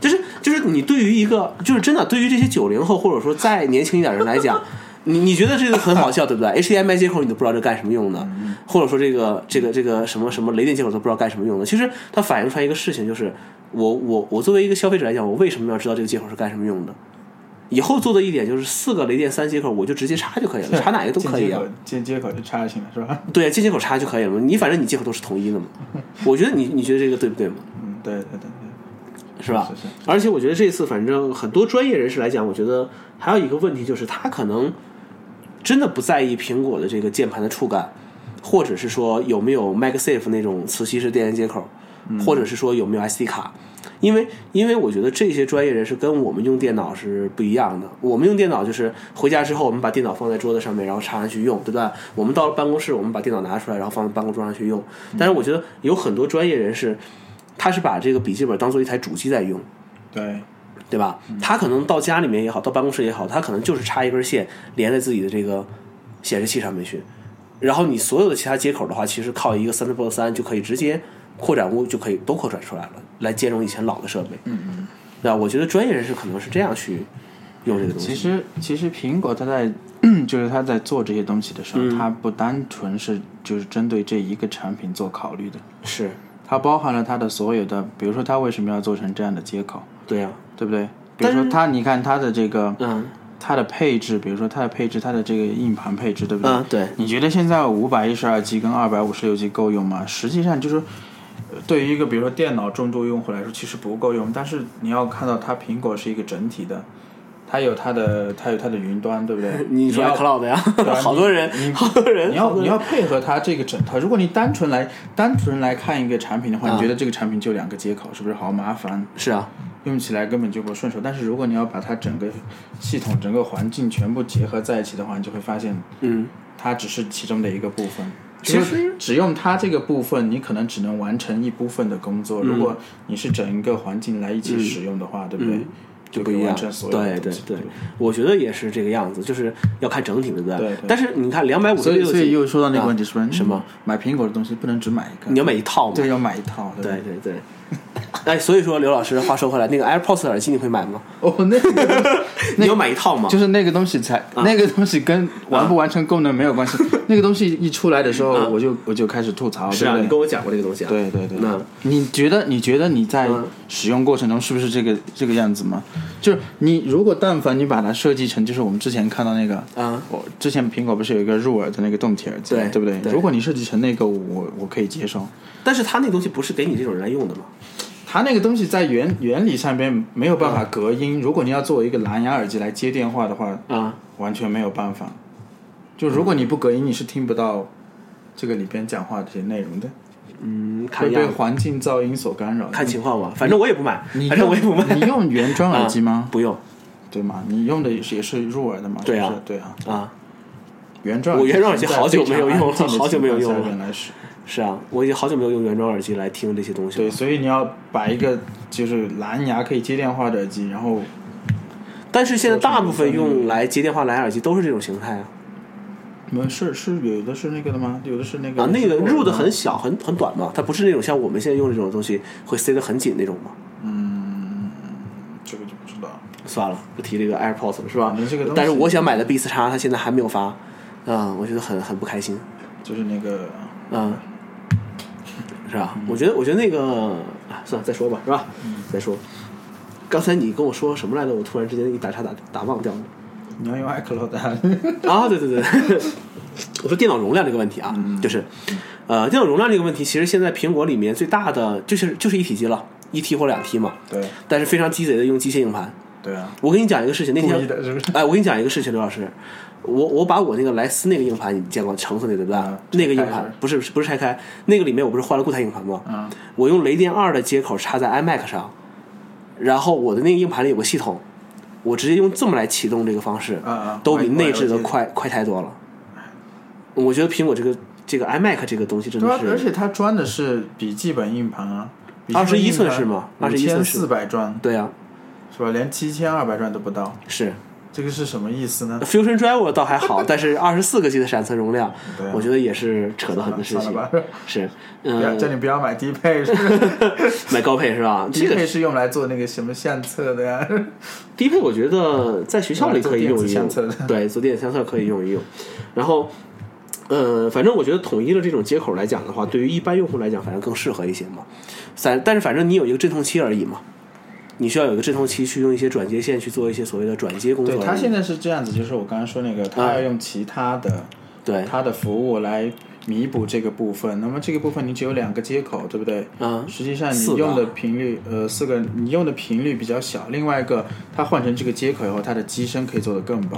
Speaker 1: 就是就是你对于一个就是真的对于这些九零后或者说再年轻一点人来讲。你你觉得这个很好笑，对不对？HDMI 接口你都不知道这干什么用的，或者说这个这个这个什么什么雷电接口都不知道干什么用的。其实它反映出来一个事情，就是我我我作为一个消费者来讲，我为什么要知道这个接口是干什么用的？以后做的一点就是四个雷电三接口，我就直接插就可以了，插哪个都可以啊。
Speaker 2: 进接口，进接口就插就行了，是吧？
Speaker 1: 对，进接口插就可以了嘛。你反正你接口都是统一的嘛。我觉得你你觉得这个对不对嘛？
Speaker 2: 嗯，对对对对，
Speaker 1: 是吧？
Speaker 2: 是是是
Speaker 1: 而且我觉得这次反正很多专业人士来讲，我觉得还有一个问题就是他可能真的不在意苹果的这个键盘的触感，或者是说有没有 MagSafe 那种磁吸式电源接口，或者是说有没有 SD 卡。因为，因为我觉得这些专业人士跟我们用电脑是不一样的。我们用电脑就是回家之后，我们把电脑放在桌子上面，然后插上去用，对吧？我们到了办公室，我们把电脑拿出来，然后放在办公桌上去用。但是我觉得有很多专业人士，他是把这个笔记本当做一台主机在用，
Speaker 2: 对，
Speaker 1: 对吧？
Speaker 2: 嗯
Speaker 1: 他可能到家里面也好，到办公室也好，他可能就是插一根线连在自己的这个显示器上面去。然后你所有的其他接口的话，其实靠一个 Thunderbolt 三就可以直接扩展坞就可以都扩展出来了，来兼容以前老的设备。嗯嗯，对吧？我觉得专业人士可能是这样去用这个东西。
Speaker 2: 嗯其实其实苹果它在 就是它在做这些东西的时候，它不单纯是就是针对这一个产品做考虑的，
Speaker 1: 是，
Speaker 2: 它包含了它的所有的，比如说它为什么要做成这样的接口，
Speaker 1: 对啊呀、
Speaker 2: 对不对？比如
Speaker 1: 但
Speaker 2: 说
Speaker 1: 是
Speaker 2: 它，你看它的这个，
Speaker 1: 嗯，
Speaker 2: 它的配置，比如说它的配置，它的这个硬盘配置，对不对？
Speaker 1: 嗯对
Speaker 2: 你觉得现在五百一十二 G 跟二百五十六 G 够用吗？实际上就是，呃对于一个比如说电脑重度用户来说，其实不够用。但是你要看到它苹果是一个整体的，它有它的它有它的云端，对不对？
Speaker 1: 你说
Speaker 2: 要啊
Speaker 1: Cloud 呀， 好多人
Speaker 2: 你，
Speaker 1: 好多人，
Speaker 2: 你要
Speaker 1: 好多人
Speaker 2: 你要配合它这个整套。如果你单纯来单纯来看一个产品的
Speaker 1: 啊
Speaker 2: 话，你觉得这个产品就两个接口，是不是好麻烦？
Speaker 1: 是啊，
Speaker 2: 用起来根本就不顺手。但是如果你要把它整个系统、整个环境全部结合在一起的话，你就会发现
Speaker 1: 嗯，
Speaker 2: 它只是其中的一个部分。
Speaker 1: 其实
Speaker 2: 就是只用它这个部分，你可能只能完成一部分的工作。如果你是整一个环境来一起使用的话，对不对？
Speaker 1: 嗯嗯
Speaker 2: 就
Speaker 1: 不
Speaker 2: 可
Speaker 1: 一
Speaker 2: 以
Speaker 1: 样
Speaker 2: 完成，所有
Speaker 1: 对
Speaker 2: 的
Speaker 1: 对
Speaker 2: 东西
Speaker 1: 对，我觉得也是这个样子，就是要看整体，对不对？
Speaker 2: 对对
Speaker 1: 但是你看，两百五十
Speaker 2: 所以
Speaker 1: 六，
Speaker 2: 所以又说到
Speaker 1: 啊
Speaker 2: 那个问题，是不是？
Speaker 1: 什么？
Speaker 2: 买苹果的东西不能只买一个，
Speaker 1: 嗯你要买一套嘛？
Speaker 2: 对，要买一套。对
Speaker 1: 对
Speaker 2: 吧
Speaker 1: 对 对。哎，所以说刘老师，话说回来，那个 AirPods 耳机你会买吗？
Speaker 2: 哦，那个
Speaker 1: 你要买一套吗？
Speaker 2: 就是那个东西才，
Speaker 1: 啊
Speaker 2: 那个东西跟完不完成功能没有关 系。那个东西一出来的时候，我就我就开始吐槽，
Speaker 1: 啊是啊，
Speaker 2: 对
Speaker 1: 你
Speaker 2: 不对
Speaker 1: 跟我讲过这个东西啊。
Speaker 2: 对对对，
Speaker 1: 那
Speaker 2: 你觉得你觉得你在
Speaker 1: 嗯
Speaker 2: 使用过程中是不是这个这个样子吗？就是你如果但凡你把它设计成，就是我们之前看到那个，
Speaker 1: 嗯
Speaker 2: 我之前苹果不是有一个入耳的那个动铁耳机，
Speaker 1: 对
Speaker 2: 对不
Speaker 1: 对
Speaker 2: 如果你设计成那个，我我可以接受。
Speaker 1: 但是它那东西不是给你这种人来用的嘛？
Speaker 2: 它那个东西在原原理上边没有办
Speaker 1: 嗯
Speaker 2: 法隔音，如果你要作为一个蓝牙耳机来接电话的话，
Speaker 1: 啊，
Speaker 2: 完全没有办法。就如果你不隔音，你是听不到这个里边讲话这些内容的，
Speaker 1: 嗯，看
Speaker 2: 会被
Speaker 1: 样子
Speaker 2: 环境噪音所干扰的。
Speaker 1: 看情况吧，反正我也不买，
Speaker 2: 你
Speaker 1: 反正我也不
Speaker 2: 用
Speaker 1: 买。
Speaker 2: 你用原装耳机吗
Speaker 1: 啊？不用
Speaker 2: 对吗？你用的也是也是入耳的嘛？
Speaker 1: 对啊
Speaker 2: 是不是对啊，
Speaker 1: 啊，
Speaker 2: 原装
Speaker 1: 我原装耳机
Speaker 2: 是在
Speaker 1: 好久没有用了
Speaker 2: 非常安静的
Speaker 1: 好久没有用了
Speaker 2: 情况下原来是
Speaker 1: 是啊，我已经好久没有用原装耳机来听这些东西
Speaker 2: 对，
Speaker 1: 了。
Speaker 2: 所以你要把一个就是蓝牙可以接电话的耳机，然后
Speaker 1: 但是现在大部分用来接电话蓝牙耳机都是这种形态啊。
Speaker 2: 你们是是有的是那个的吗？有的是那个
Speaker 1: 啊，那个入的
Speaker 2: 的
Speaker 1: 很小，很很短嘛，它不是那种像我们现在用这种东西会塞得很紧那种嘛。
Speaker 2: 嗯这个就不知道了。
Speaker 1: 算了，不提这个 AirPods 了，是吧
Speaker 2: 反正这个东？西
Speaker 1: 但是我想买的 Beats 叉，它现在还没有发，嗯，我觉得很很不开心，
Speaker 2: 就是那个
Speaker 1: 嗯，是吧？
Speaker 2: 嗯
Speaker 1: 我觉得，我觉得那个，啊算了，再说吧，是吧？再说。刚才你跟我说什么来着？我突然之间一打岔打打忘掉了。
Speaker 2: 你要用 iCloud 啊
Speaker 1: 啊，对对对，我说电脑容量这个问题啊，
Speaker 2: 嗯
Speaker 1: 就是，呃，电脑容量这个问题，其实现在苹果里面最大的就是就是一体机了，一 T 或两 T 嘛，
Speaker 2: 对
Speaker 1: 但是非常鸡贼的用机械硬盘。
Speaker 2: 对啊，
Speaker 1: 我跟你讲一个事情，那
Speaker 2: 故
Speaker 1: 天
Speaker 2: 意的是不是？
Speaker 1: 哎，我跟你讲一个事情，刘老师，我我把我那个莱斯那个硬盘你见过橙色那个对吧？
Speaker 2: 啊
Speaker 1: 那个硬
Speaker 2: 拆开
Speaker 1: 盘
Speaker 2: 是
Speaker 1: 不是不是拆开，那个里面我不是换了固态硬盘吗？
Speaker 2: 嗯
Speaker 1: 我用雷电二的接口插在 iMac 上，然后我的那个硬盘里有个系统，我直接用这么来启动这个方式，
Speaker 2: 啊啊
Speaker 1: 都比内置的
Speaker 2: 我也
Speaker 1: 快快太多了。我觉得苹果这个这个 iMac 这个东西真
Speaker 2: 对
Speaker 1: 的
Speaker 2: 啊，而
Speaker 1: 是，
Speaker 2: 且它装的是笔记本硬盘啊，
Speaker 1: 21寸是吗
Speaker 2: 五
Speaker 1: 21寸是
Speaker 2: 千四百转
Speaker 1: 对啊，
Speaker 2: 是吧？连七千二百转都不到，
Speaker 1: 是
Speaker 2: 这个是什么 意思呢？
Speaker 1: Fusion Drive 倒还好，但是二十四个 G 的闪存容量
Speaker 2: 对啊，
Speaker 1: 我觉得也是扯得很的事
Speaker 2: 算
Speaker 1: 情
Speaker 2: 了吧。
Speaker 1: 是，
Speaker 2: 不要
Speaker 1: 嗯，
Speaker 2: 叫你不要买低配，是不 是
Speaker 1: 买高配是吧？
Speaker 2: 低
Speaker 1: 这个
Speaker 2: 配是用来做那个什么相册的呀？
Speaker 1: 低配我觉得在学校里可以用一用
Speaker 2: 啊做电子相册的，
Speaker 1: 对，做电子相册可以用一用。然后，呃，反正我觉得统一的这种接口来讲的话，对于一般用户来讲，反正更适合一些嘛。反但是反正你有一个阵痛期而已嘛，你需要有一个阵痛期去用一些转接线去做一些所谓的转接工作而
Speaker 2: 对，
Speaker 1: 已。
Speaker 2: 它现在是这样子，就是我刚刚说那个，
Speaker 1: 啊
Speaker 2: 它要用其他的
Speaker 1: 对
Speaker 2: 它的服务来弥补这个部分。那么这个部分你只有两个接口，对不对？
Speaker 1: 嗯
Speaker 2: 实际上
Speaker 1: 四个
Speaker 2: 你用的频率，呃，四个你用的频率比较小。另外一个，它换成这个接口以后，它的机身可以做得更薄。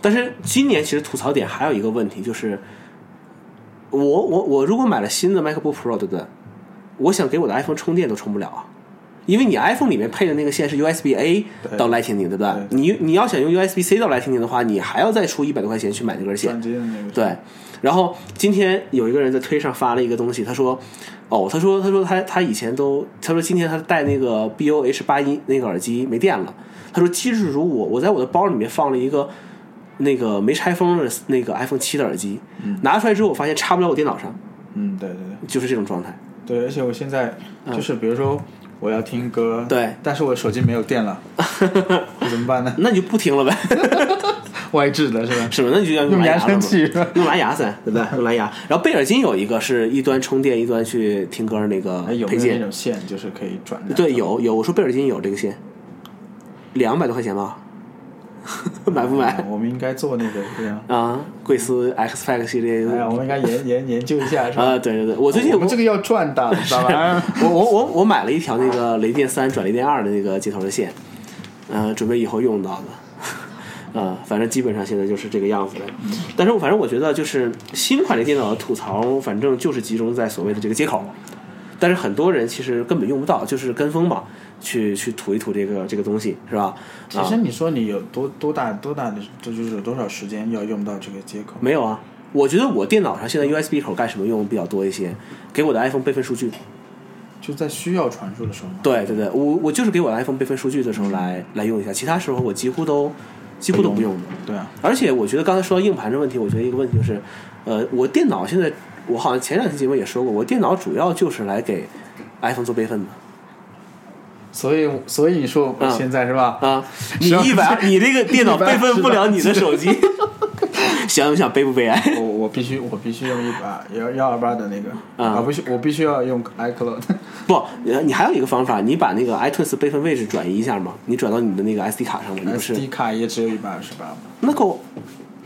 Speaker 1: 但是今年其实吐槽点还有一个问题，就是我我我如果买了新的 MacBook Pro，对不对？我想给我的 iPhone 充电都充不了啊，因为你 iPhone 里面配的那个线是 USB A
Speaker 2: 对
Speaker 1: 到 Lightning，对不对？
Speaker 2: 对
Speaker 1: 你你要想用 USB C 到 Lightning 的话，你还要再出一百多块钱去买那根线
Speaker 2: 转。接的那个。
Speaker 1: 对，然后今天有一个人在推上发了一个东西，他说，哦，他说他说他他以前都，他说今天他戴那个 B O H 八一那个耳机没电了，他说即使如我，我在我的包里面放了一个那个没拆封的那个 iPhone 七的耳机，拿出来之后我发现插不了我电脑上，
Speaker 2: 嗯，对对对。
Speaker 1: 就是这种状态。
Speaker 2: 对，而且我现在就是比如说我要听歌，
Speaker 1: 嗯对
Speaker 2: 但是我手机没有 电了，我怎么办呢？
Speaker 1: 那你就不听 了呗，
Speaker 2: 外置的是吧？
Speaker 1: 是吧？那你就要
Speaker 2: 用
Speaker 1: 蓝
Speaker 2: 扬
Speaker 1: 牙了
Speaker 2: 声
Speaker 1: 嘛
Speaker 2: 器是吧？
Speaker 1: 用蓝牙噻，对不对？用蓝牙。然后贝尔金有一个是一端充电一端去听歌那个
Speaker 2: 哎，有没
Speaker 1: 配
Speaker 2: 有
Speaker 1: 件
Speaker 2: 那，种线就是可以转的？
Speaker 1: 对，有有，我说贝尔金有这个线，两百多块钱吧， 买不
Speaker 2: 啊
Speaker 1: 买？
Speaker 2: 我们应该做那个 这样。
Speaker 1: 啊，贵司 X Pack 系列
Speaker 2: 哦哎呀，我们应该研研研究一下，是吧？
Speaker 1: 啊，对对对，我最近
Speaker 2: 我们这个要赚的，知道 吧？
Speaker 1: 我我我我买了一条那个雷电三转雷电二的那个接头的线，呃，准备以后用到的。呃，反正基本上现在就是这个样子的。但是我反正我觉得就是新款的电脑的吐槽，反正就是集中在所谓的这个接口。但是很多人其实根本用不到，就是跟风嘛，去去吐一吐这个这个东西，是吧？
Speaker 2: 其
Speaker 1: 啊
Speaker 2: 实你说你有多多大多大的，这就是有多少时间要用到这个接口？
Speaker 1: 没有啊，我觉得我电脑上现在 USB 口干什么用比较多一些，给我的 iPhone 备份数据。
Speaker 2: 就在需要传输的时候嘛。
Speaker 1: 对对对，我我就是给我的 iPhone 备份数据的时候来来用一下，其他时候我几乎都几乎都不用的。
Speaker 2: 对啊，
Speaker 1: 而且我觉得刚才说到硬盘的问题，我觉得一个问题就是，呃，我电脑现在我好像前两期节目也说过，我电脑主要就是来给 iPhone 做备份的
Speaker 2: 所以所以你说我
Speaker 1: 嗯
Speaker 2: 现在是吧？
Speaker 1: 啊。你
Speaker 2: 是啊
Speaker 1: 一百，你这个电脑备份不了你的手机，想不想悲不悲哀？
Speaker 2: 我我必须我必须用一把幺幺二八的那个
Speaker 1: 啊
Speaker 2: 我必须我必须要用 iCloud，
Speaker 1: 不，呃你还有一个方法，你把那个 iTunes 备份位置转移一下嘛，你转到你的那个 SD 卡上嘛，你不是
Speaker 2: SD 呃卡也只有一百二十八嘛，
Speaker 1: 那够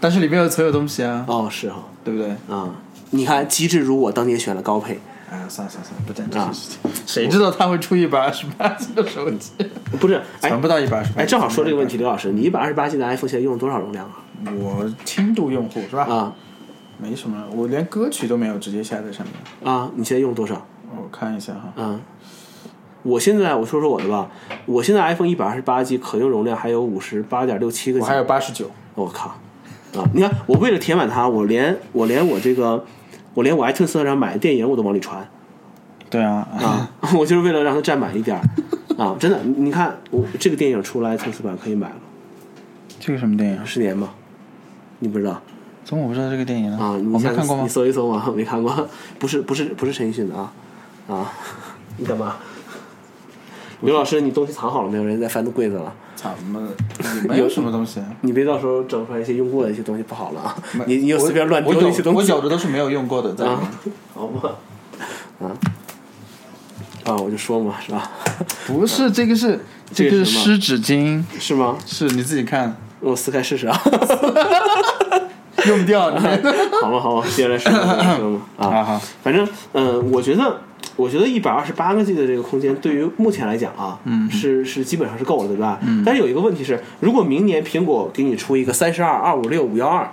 Speaker 2: 但是里面有所有东西啊，
Speaker 1: 哦，是哈、
Speaker 2: 对不对？
Speaker 1: 啊、你看机智如我当年选了高配，
Speaker 2: 哎呀，算了算了算了，不讲这
Speaker 1: 啊
Speaker 2: 些事情，谁知道他会出一百二十八 G 的手机，
Speaker 1: 不是，哎
Speaker 2: 传不到一百二十八。
Speaker 1: 哎，正好说这个问题，刘老师，你一百二十八 G 的 iPhone 现在用了多少容量啊？
Speaker 2: 我轻度用户是吧？
Speaker 1: 啊
Speaker 2: 没什么，我连歌曲都没有直接下在上面。
Speaker 1: 啊，你现在用多少？
Speaker 2: 我看一下哈，
Speaker 1: 嗯，我现在我说说我的吧，我现在 iPhone 一百二十八 G 可用容量还有五十八点六七个 G，
Speaker 2: 我还有八十九，
Speaker 1: 我靠，啊！你看，我为了填满它，我连我连我这个，我连我 iTunes 上买的电影我都往里传
Speaker 2: 对啊，
Speaker 1: 啊， 我就是为了让它占满一点儿啊！真的，你你看我这个电影出来，iTunes 版可以买了，
Speaker 2: 这个什么电影？
Speaker 1: 十年吧，你不知道
Speaker 2: 怎么我不知道这个电影呢？
Speaker 1: 啊？你
Speaker 2: 我没
Speaker 1: 下次
Speaker 2: 看过吗
Speaker 1: 你？搜一搜嘛，没看过，不是不是不是陈奕迅的啊啊！你干嘛？刘老师，你东西藏好了没有？人家在翻柜子了，
Speaker 2: 咱们没有什么东西啊。
Speaker 1: 你别到时候整出来一些用过的一些东西不好了啊！
Speaker 2: 没
Speaker 1: 你你又
Speaker 2: 我
Speaker 1: 随便乱
Speaker 2: 我
Speaker 1: 丢
Speaker 2: 有
Speaker 1: 一些东
Speaker 2: 我
Speaker 1: 西
Speaker 2: 有的都是没有用过的，在里面
Speaker 1: 啊，好吧，啊啊，我就说嘛，是吧？
Speaker 2: 不是这个是
Speaker 1: 这
Speaker 2: 这
Speaker 1: 个
Speaker 2: 个是
Speaker 1: 什么
Speaker 2: 湿纸巾，
Speaker 1: 是吗？
Speaker 2: 是你自己看
Speaker 1: 我撕开试试啊！
Speaker 2: 用不掉。你
Speaker 1: 好吧，好吧，接下来说吧，说嘛
Speaker 2: 啊
Speaker 1: 啊
Speaker 2: 好，
Speaker 1: 反正嗯、呃我觉得。我觉得一百二十八个 G 的这个空间，对于目前来讲啊，嗯，是是基本上是够了，对吧？嗯，但是有一个问题是，如果明年苹果给你出一个三十二、二五六、五幺二，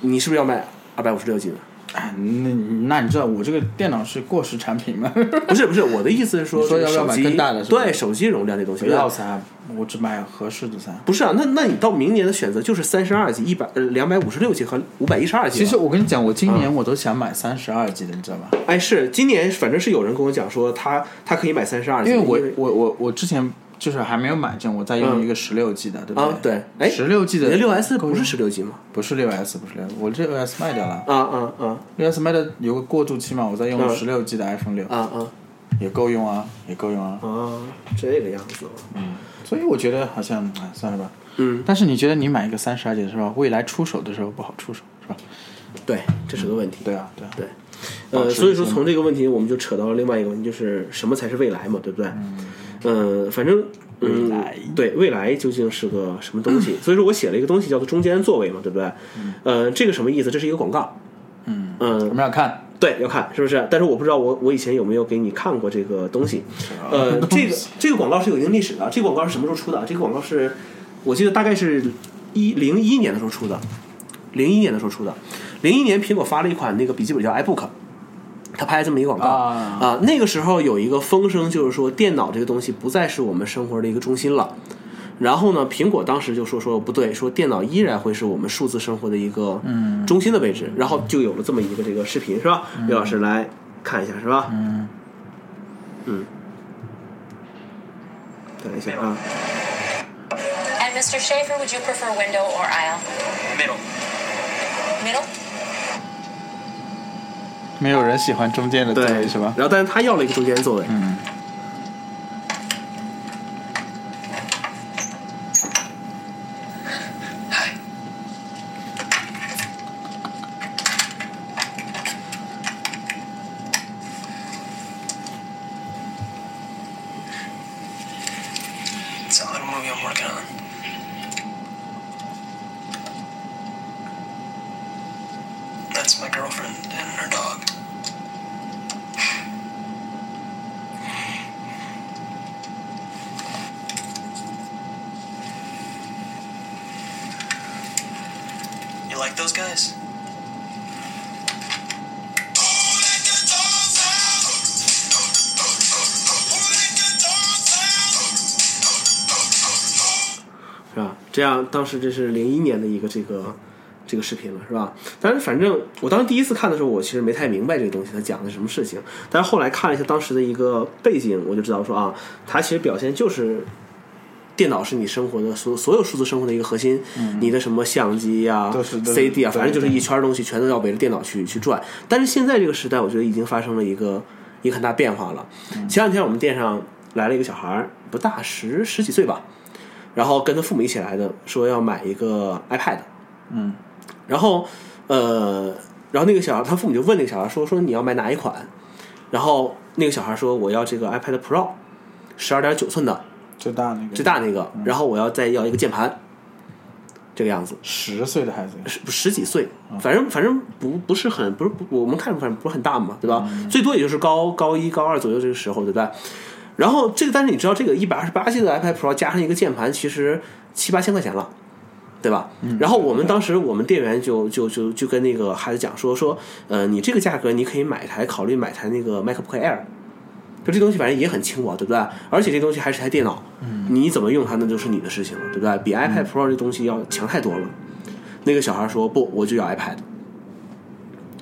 Speaker 1: 你是不是要买二百五十六 G 呢？
Speaker 2: 哎那那你知道我这个电脑是过时产品吗？
Speaker 1: 不是不是，我的意思是说，
Speaker 2: 你说要不要
Speaker 1: 手
Speaker 2: 买
Speaker 1: 机
Speaker 2: 更大的是吧
Speaker 1: 对手机容量这东西，
Speaker 2: 不要 三，我只买合适的三。
Speaker 1: 不是啊，那那你到明年的选择就是三十二 G、一百呃两百五十六 G 和五百一十二 G。
Speaker 2: 其实，我跟你讲，我今年我都想买三十二 G 的，你知道吧？
Speaker 1: 哎，是今年反正是有人跟我讲说他他可以买三十二 G，
Speaker 2: 因为 我我我我之前就是还没有买这，我在用一个十六 G 的，对不
Speaker 1: 嗯啊对，哎，
Speaker 2: 十六 G
Speaker 1: 你的
Speaker 2: 的
Speaker 1: 六 S 不是十六 G 吗？
Speaker 2: 不是六 S，不是六，我这六 S 卖掉了，
Speaker 1: 啊啊啊
Speaker 2: 六 S 卖掉有个过渡期嘛，我在用
Speaker 1: 嗯
Speaker 2: 十六 G 的 iPhone 六
Speaker 1: 啊啊
Speaker 2: 也够用啊，也够用啊。
Speaker 1: 啊！这个样子吗，哦
Speaker 2: 所以我觉得好像哎算了吧。
Speaker 1: 嗯，
Speaker 2: 但是你觉得你买一个三十二 G 的是吧？未来出手的时候不好出手是吧？
Speaker 1: 对，这是个问题。
Speaker 2: 对啊，对啊。
Speaker 1: 对，
Speaker 2: 保
Speaker 1: 呃，
Speaker 2: 持
Speaker 1: 所以
Speaker 2: 一
Speaker 1: 说
Speaker 2: 些
Speaker 1: 从这个问题我们就扯到了另外一个问题，就是什么才是未来嘛，对不对？嗯，反正。嗯
Speaker 2: 未来，
Speaker 1: 对未来嗯究竟是个什么东西？所以说我写了一个东西叫做“中间座位”嘛，对不对？呃，这个什么意思？这是一个广告。
Speaker 2: 嗯，
Speaker 1: 嗯
Speaker 2: 我，们要看
Speaker 1: 对，要看是不是？但是我不知道我我以前有没有给你看过这个东西。呃，这个这个广告是有一定历史的。这个广告是什么时候出的？这个广告是我记得大概是一零一年的时候出的，零一年的时候出的。零一年苹果发了一款那个笔记本叫 iBook，他拍了这么一个广告
Speaker 2: 啊
Speaker 1: 那个时候有一个风声，就是说电脑这个东西不再是我们生活的一个中心了。然后呢，苹果当时就说说不对，说电脑依然会是我们数字生活的一个
Speaker 2: 嗯
Speaker 1: 中心的位置，然后就有了这么一个这个视频，是吧？刘老师来看一下，是吧？嗯，嗯，等一下啊，
Speaker 5: And Mr. Schaefer, would you prefer window or aisle?
Speaker 4: Middle.
Speaker 5: Middle?
Speaker 2: 没有人喜欢中间的
Speaker 1: 对，
Speaker 2: 对是吧？
Speaker 1: 然后，但是他要了一个中间座位，
Speaker 2: 嗯，
Speaker 4: It's a little movie I'm working on. That's my girlfriend and her dog. You like those guys?
Speaker 1: 是吧？这样当时这是零一年的一个这个这个视频了，是吧？但是反正我当时第一次看的时候，我其实没太明白这个东西它讲的什么事情，但是后来看了一下当时的一个背景，我就知道说啊，它其实表现就是。电脑是你生活的所所有数字生活的一个核心，你的什么相机呀、
Speaker 2: 嗯都是都是
Speaker 1: CD 啊，
Speaker 2: 对
Speaker 1: 反正就是
Speaker 2: 对
Speaker 1: 一圈东西全都要围着电脑去去转。但是现在这个时代，我觉得已经发生了一个一个很大变化了。
Speaker 2: 嗯
Speaker 1: 前两天我们店上来了一个小孩儿，不大十十几岁吧，然后跟他父母一起来的，说要买一个 iPad。
Speaker 2: 嗯，
Speaker 1: 然后呃，然后那个小孩他父母就问那个小孩说说你要买哪一款？然后那个小孩说我要这个 iPad Pro，十二点九寸的
Speaker 2: 最大那个
Speaker 1: 最大那个，然后我要再要一个键盘，这个样子。
Speaker 2: 十岁的孩子，
Speaker 1: 十十几岁，反正反正不不是很不是不我们看着反正不是很大嘛，对吧？最多也就是高高一高二左右这个时候，对吧？然后这个，但是你知道，这个一百二十八 G 的 iPad Pro 加上一个键盘，其实七八千块钱了，对吧？然后我们当时我们店员就就就就跟那个孩子讲说说，呃，你这个价格你可以买台考虑买台那个 MacBook Air，就这东西反正也很轻薄，对不对？而且这东西还是台电脑，你怎么用它那就是你的事情了，对不对？比 iPad Pro 这东西要强太多了。那个小孩说不，我就要 iPad。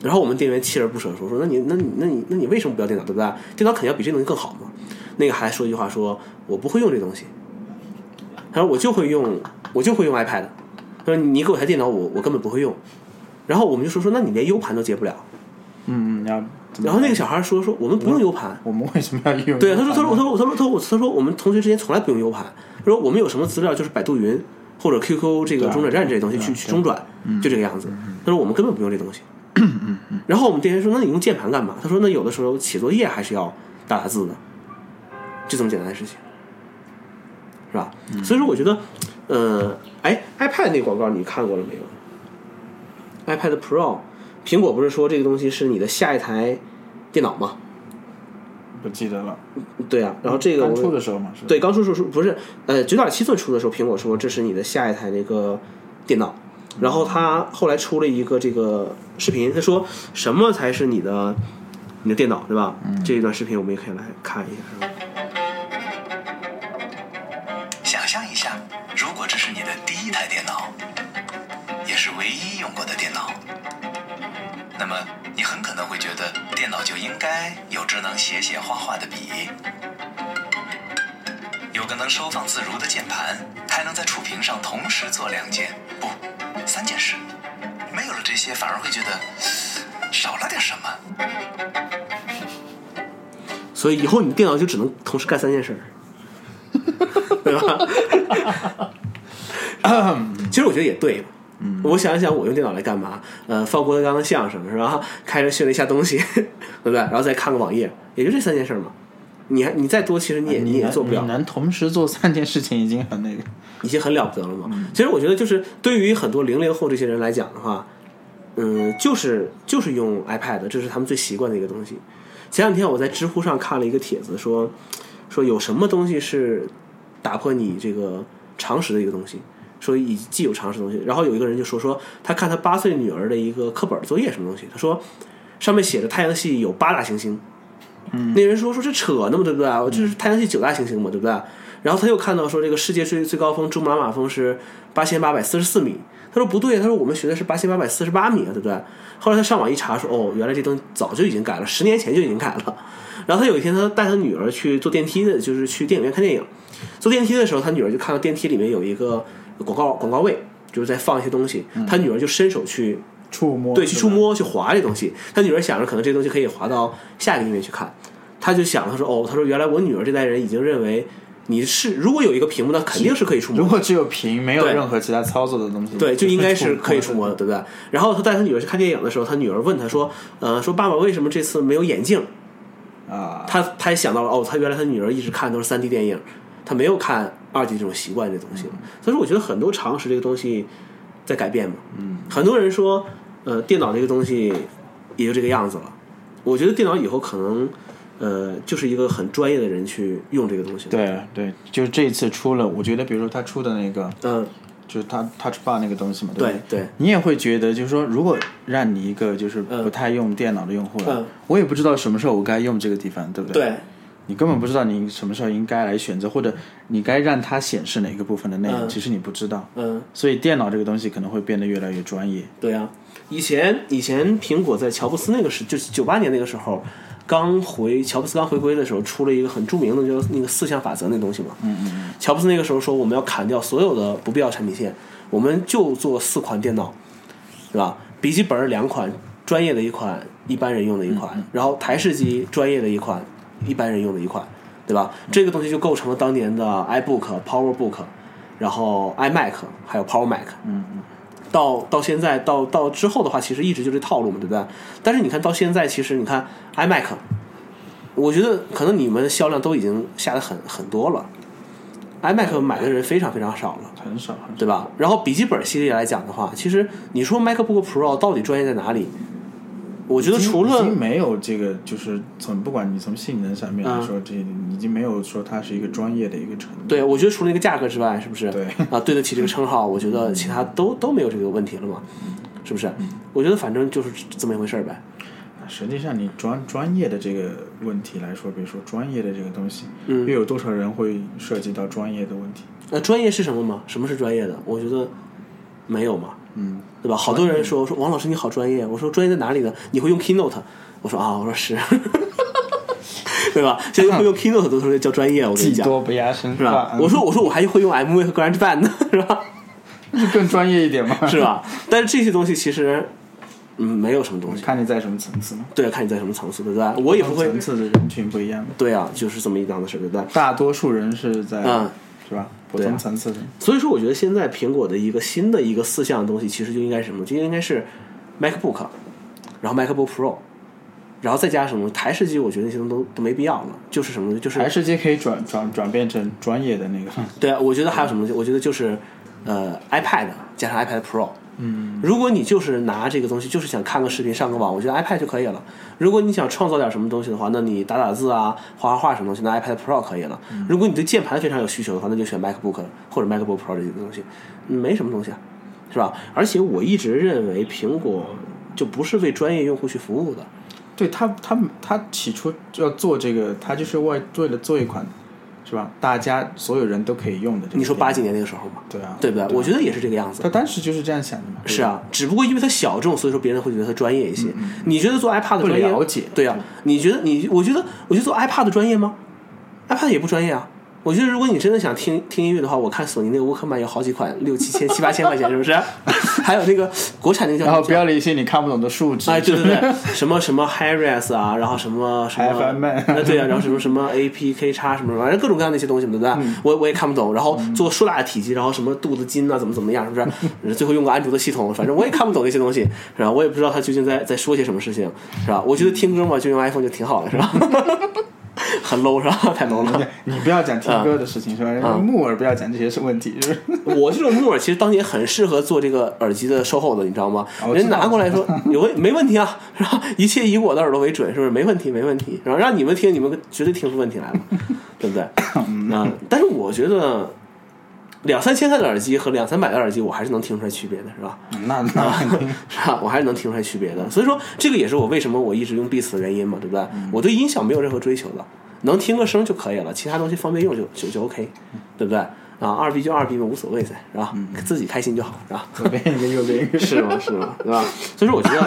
Speaker 1: 然后我们店员锲而不舍地说说，那你那你那你那你为什么不要电脑，对不对？电脑肯定要比这东西更好嘛。那个孩子说一句话说，我不会用这东西，他说我就会用，我就会用 iPad。他说你给我台电脑，我我根本不会用。然后我们就说说，那你连 U 盘都接不了。
Speaker 2: 嗯，嗯，要怎么
Speaker 1: 然后那个小孩说说我们不用 U 盘，
Speaker 2: 我们为什么要用 U 盘呢？
Speaker 1: 对，他说，他说，他说，他说，他说，他说，我们同学之间从来不用 U 盘。他说我们有什么资料就是百度云或者 QQ 这个
Speaker 2: 对啊
Speaker 1: 中转站这些东西
Speaker 2: 对啊
Speaker 1: 去
Speaker 2: 对啊嗯
Speaker 1: 去中转，就这个样子。他说我们根本不用这东西。然后我们店员说：“那你用键盘干嘛？”他说：“那有的时候写作业还是要打打字的，就这么简单的事情，是吧？”
Speaker 2: 嗯
Speaker 1: 所以说，我觉得，呃，哎，iPad 那广告你看过了没有？iPad Pro，苹果不是说这个东西是你的下一台电脑吗？
Speaker 2: 不记得了。
Speaker 1: 对啊，然后这个
Speaker 2: 刚
Speaker 1: 我
Speaker 2: 出的时候嘛，是吧
Speaker 1: 对，，刚出出出不是，呃，九点七寸出的时候，苹果说这是你的下一台那个电脑，然后他后来出了一个这个视频，他说什么才是你的你的电脑，对吧？
Speaker 2: 嗯
Speaker 1: 这一段视频我们也可以来看一下，是吧？
Speaker 6: 想象一下，如果这是你的第一台电脑，也是唯一用过的电脑，那么你很可能会觉得电脑就应该有只能写写画画的笔，有个能收放自如的键盘，还能在触屏上同时做两件不三件事。没有了这些，反而会觉得嘶少了点什么。
Speaker 1: 所以以后你的电脑就只能同时干三 件事儿，对吧？其实我觉得也对。我想一想，我用电脑来干嘛？呃，放郭德纲的相声是吧？开着训练一下东西， 对不对？然后再看个网页，也就这三件事儿嘛。你还你再多，其实你也
Speaker 2: 啊你
Speaker 1: 也
Speaker 2: 能
Speaker 1: 做不了
Speaker 2: 你。能同时做三件事情已经很那个。
Speaker 1: 已经很了不得了嘛。其实我觉得，就是对于很多零零后这些人来讲的话，嗯，就是就是用 iPad，这是他们最习惯的一个东西。前两天我在知乎上看了一个帖子说，说有什么东西是打破你这个常识的一个东西，说以既有常识的东西。然后有一个人就说说他看他八岁女儿的一个课本作业什么东西，他说上面写着太阳系有八大行星。那人说说这扯呢嘛，对不对？我这是太阳系九大行星嘛，对不对？然后他又看到说这个世界最最高峰珠穆朗玛峰是八千八百四十四米，他说不对，他说我们学的是八千八百四十八米啊，对不对？后来他上网一查说，哦，原来这东西早就已经改了，十年前就已经改了。然后他有一天他带他女儿去坐电梯的，就是去电影院看电影，坐电梯的时候，他女儿就看到电梯里面有一个广告广告位，就是在放一些东西，他女儿就伸手去
Speaker 2: 触摸
Speaker 1: 对，去触，摸去划这东西。他女儿想着可能这东西可以划到下一个页面去看，他就想他说哦，他说原来我女儿这代人已经认为你是如果有一个屏幕，那肯定是可以触
Speaker 2: 如
Speaker 1: 摸的。
Speaker 2: 果只有屏没有
Speaker 1: 对
Speaker 2: 任何其他操作的东西，
Speaker 1: 对，就应该是可以触
Speaker 2: 触
Speaker 1: 摸的，对不对？然后他带他女儿去看电影的时候，他女儿问他说：“呃，说爸爸为什么这次没有眼镜
Speaker 2: 啊？”。
Speaker 1: 他他也想到了，哦，他原来他女儿一直看都是三 D 电影，他没有看二 D 这种习惯这东西
Speaker 2: 嗯
Speaker 1: 了。所以说，我觉得很多常识这个东西在改变嘛。嗯，很多人说，呃，电脑这个东西也就这个样子了。我觉得电脑以后可能，呃，就是一个很专业的人去用这个东西。，
Speaker 2: 对对，就是这一次出了，我觉得比如说他出的那个，
Speaker 1: 嗯、
Speaker 2: 就是他 Touch Bar 那个东西嘛，对
Speaker 1: 对
Speaker 2: 不对
Speaker 1: 对，
Speaker 2: 你也会觉得，就是说，如果让你一个就是
Speaker 1: 嗯
Speaker 2: 不太用电脑的用户了，
Speaker 1: 嗯
Speaker 2: 我也不知道什么时候我该用这个地方，对不对？
Speaker 1: 对，
Speaker 2: 你根本不知道你什么时候应该来选择，或者你该让它显示哪个部分的内容，
Speaker 1: 嗯
Speaker 2: 其实你不知道。
Speaker 1: 嗯、
Speaker 2: 所以电脑这个东西可能会变得越来越专业。
Speaker 1: 对啊，以前以前苹果在乔布斯那个时，就是九八年那个时候，刚回乔布斯刚回归的时候，出了一个很著名的，就是那个四项法则那东西嘛。嗯嗯。乔布斯那个时候说，我们要砍掉所有的不必要产品线，我们就做四款电脑，对吧？笔记本两款，专业的一款，一般人用的一款，然后台式机专业的一款，一般人用的一款，对吧？这个东西就构成了当年的 iBook、PowerBook，然后 iMac 还有 PowerMac。到到现在到到之后的话，其实一直就这套路嘛，对不对？但是你看到现在，其实你看 iMac，我觉得可能你们销量都已经下的很很多了，iMac 买的人非常非常少了。
Speaker 2: 很少，很少
Speaker 1: 对吧？然后笔记本系列来讲的话，其实你说 MacBook Pro 到底专业在哪里？我觉得除
Speaker 2: 已
Speaker 1: 了
Speaker 2: 经没有这个，就是从不管你从性能上面来说，这已经没有说它是一个专业的一个程度。
Speaker 1: 啊对，我觉得除了那个价格之外，是不是？
Speaker 2: 对
Speaker 1: 啊，对得起这个称号，我觉得其他都都没有这个问题了嘛，是不是？我觉得反正就是这么一回事儿呗。
Speaker 2: 实际上，你专专业的这个问题来说，比如说专业的这个东西，
Speaker 1: 嗯
Speaker 2: 又有多少人会涉及到专业的问题？
Speaker 1: 那专业是什么吗？什么是专业的？我觉得没有嘛，
Speaker 2: 嗯，
Speaker 1: 对吧？好多人说说王老师你好专业，我说专业在哪里呢？你会用 Keynote？我说啊，我说是， 对吧？现在会用 Keynote 都说叫专业，我跟你
Speaker 2: 技
Speaker 1: 讲，
Speaker 2: 多啊不压身，
Speaker 1: 啊是吧？我说我说我还会用 MV 和
Speaker 2: 嗯
Speaker 1: GarageBand 呢，是吧？
Speaker 2: 更专业一点嘛。
Speaker 1: 是吧？但是这些东西其实嗯，没有什么东西。
Speaker 2: 看你在什么层次嘛。
Speaker 1: 对，看你在什么层次，对吧？我也不会
Speaker 2: 层。次的人群不一样的，
Speaker 1: 对啊，就是这么一档子事儿，对吧？
Speaker 2: 大多数人是在、
Speaker 1: 嗯
Speaker 2: 是吧？普
Speaker 1: 对啊
Speaker 2: 通层次的，
Speaker 1: 所以说，我觉得现在苹果的一个新的一个四项东西，其实就应该是什么？就应该是 MacBook，然后 MacBook Pro，然后再加什么台式机？我觉得那些东西都都没必要了。就是什么？就是
Speaker 2: 台式机可以转转转变成专业的那个。
Speaker 1: 对啊，我觉得还有什么？我觉得就是呃 iPad 加上 iPad Pro。嗯，如果你就是拿这个东西，就是想看个视频、上个网，我觉得 iPad 就可以了。如果你想创造点什么东西的话，那你打打字啊、画画画什么东西，那 iPad Pro 可以了。如果你对键盘非常有需求的话，那就选 MacBook 或者 MacBook Pro 这些东西，嗯没什么东西啊，是吧？而且我一直认为苹果就不是为专业用户去服务的。
Speaker 2: 对他，他他起初要做这个，他就是为为了做一款，是吧？大家所有人都可以用的这个电脑。
Speaker 1: 你说八几年那个时候嘛，
Speaker 2: 对啊
Speaker 1: 对不对？
Speaker 2: 对啊
Speaker 1: 我觉得也是这个样子
Speaker 2: 他。当时就是这样想的嘛？
Speaker 1: 是啊，只不过因为它小众，所以说别人会觉得它专业一些。你觉得做 iPad 专业
Speaker 2: 嗯不了解
Speaker 1: 对啊，你觉得你？我觉得，我觉得做 iPad 专业吗？iPad 也不专业啊。我觉得如果你真的想听听音乐的话，我看索尼那个沃克曼有好几款六七千、七八千块钱，是不 是？还有那个国产那个叫
Speaker 2: 对吧。然
Speaker 1: 什
Speaker 2: 后
Speaker 1: 么
Speaker 2: 不要了一些你看不懂的数值。
Speaker 1: 哎，对对对， 什么什么 Harris 啊，然后什么什么
Speaker 2: FMN
Speaker 1: 呃对啊，然后什么什么 APK 叉什么什么，反正各种各样的一些东西嘛，对不对？我我也看不懂，然后做硕大的体积，然后什么肚子筋啊，怎么怎么样，是不是？ 最后用个安卓的系统，反正我也看不懂那些东西，是吧？我也不知道他究竟在在说些什么事情，是吧？我觉得听歌嘛，就用 iPhone 就挺好的，是吧？ 很 low 是吧？太 low 了。
Speaker 2: 你不要讲听歌的事
Speaker 1: 嗯
Speaker 2: 情是吧？人家木耳不要讲这些是问题，是不是？
Speaker 1: 我这种木耳其实当年很适合做这个耳机的售后的，你知道吗？
Speaker 2: 啊我知
Speaker 1: 人
Speaker 2: 道
Speaker 1: 拿过来 说有问没问题啊， 是吧？一切以我的耳朵为准，是不是？没问题，没问题。然后让你们听，你们绝对听出问题来了， 对不对？
Speaker 2: 嗯
Speaker 1: 啊、但是我觉得两三千块的耳机和两三百的耳机，我还是能听出来区别的，是吧？
Speaker 2: 那那
Speaker 1: 嗯
Speaker 2: 肯定。
Speaker 1: 是吧？我还是能听出来区别的。所以说，这个也是我为什么我一直用 Beats 的原因嘛，对不对？我对音响没有任何追求的，能听个声就可以了，其他东西方便用就就就 OK，对不对？啊，二 B 就二 B 嘛，无所谓噻，是吧？自己开心就好，是吧？
Speaker 2: 左边一个，右边一
Speaker 1: 嗯
Speaker 2: 个。
Speaker 1: 是吗？是吗？对吧？所以说，我觉 得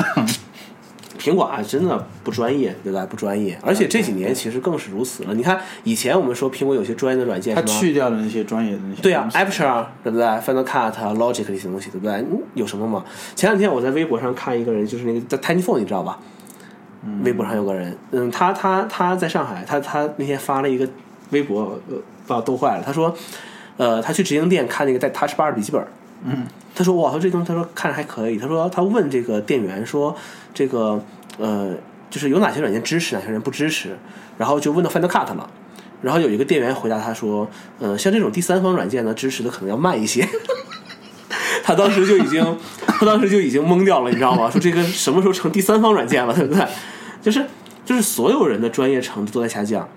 Speaker 1: 苹果啊，真的不专业，对吧？不专业，而且这几年其实更是如此了。你看，以前我们说苹果有些专业的软件，
Speaker 2: 他
Speaker 1: 什么
Speaker 2: 去掉了那些专业的那些。
Speaker 1: 对啊 a p t u r e 对不对？Final Cut、Logic 啊这些东西，对不对？嗯有什么嘛？前两天我在微博上看一个人，就是那个叫 Tiny Phone，你知道吧？微博上有个人，嗯，他他他在上海，他他那天发了一个微博，呃，把我逗坏了。他说，呃，他去直营店看那个带 Touch Bar 的笔记本，
Speaker 2: 嗯，
Speaker 1: 他说哇，他说这东西，他说看着还可以。他说他问这个店员说，这个呃，就是有哪些软件支持，哪些软件不支持，然后就问到 Final Cut 了。然后有一个店员回答他说，呃，像这种第三方软件呢，支持的可能要慢一些。他当时就已经，他当时就已经懵掉了，你知道吗？说这个什么时候成第三方软件了，对不对？就是就是所有人的专业程度都在下降。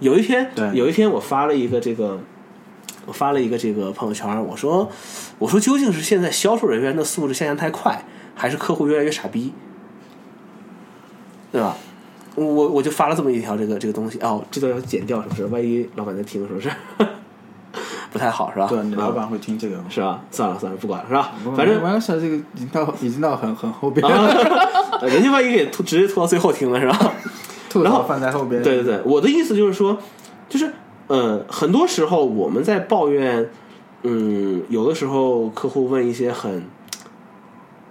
Speaker 1: 有一天
Speaker 2: 对，
Speaker 1: 有一天我发了一个这个，我发了一个这个朋友圈，我说我说究竟是现在销售人员的素质下降太快，还是客户越来越傻逼，对吧？我我我就发了这么一条这个这个东西哦，这段要剪掉是不是？万一老板在听是不是？ 不太好是吧？
Speaker 2: 对，你老
Speaker 1: 啊
Speaker 2: 板会听这个吗？
Speaker 1: 是吧？算了算了，不管了是吧？反正
Speaker 2: 我要想这个已经到已经到很很后边了，
Speaker 1: 啊，人家万一给吐直接吐到最后听了是吧？
Speaker 2: 吐
Speaker 1: 然后
Speaker 2: 槽放在后边。
Speaker 1: 对对对，我的意思就是说，就是呃，很多时候我们在抱怨，嗯，有的时候客户问一些很，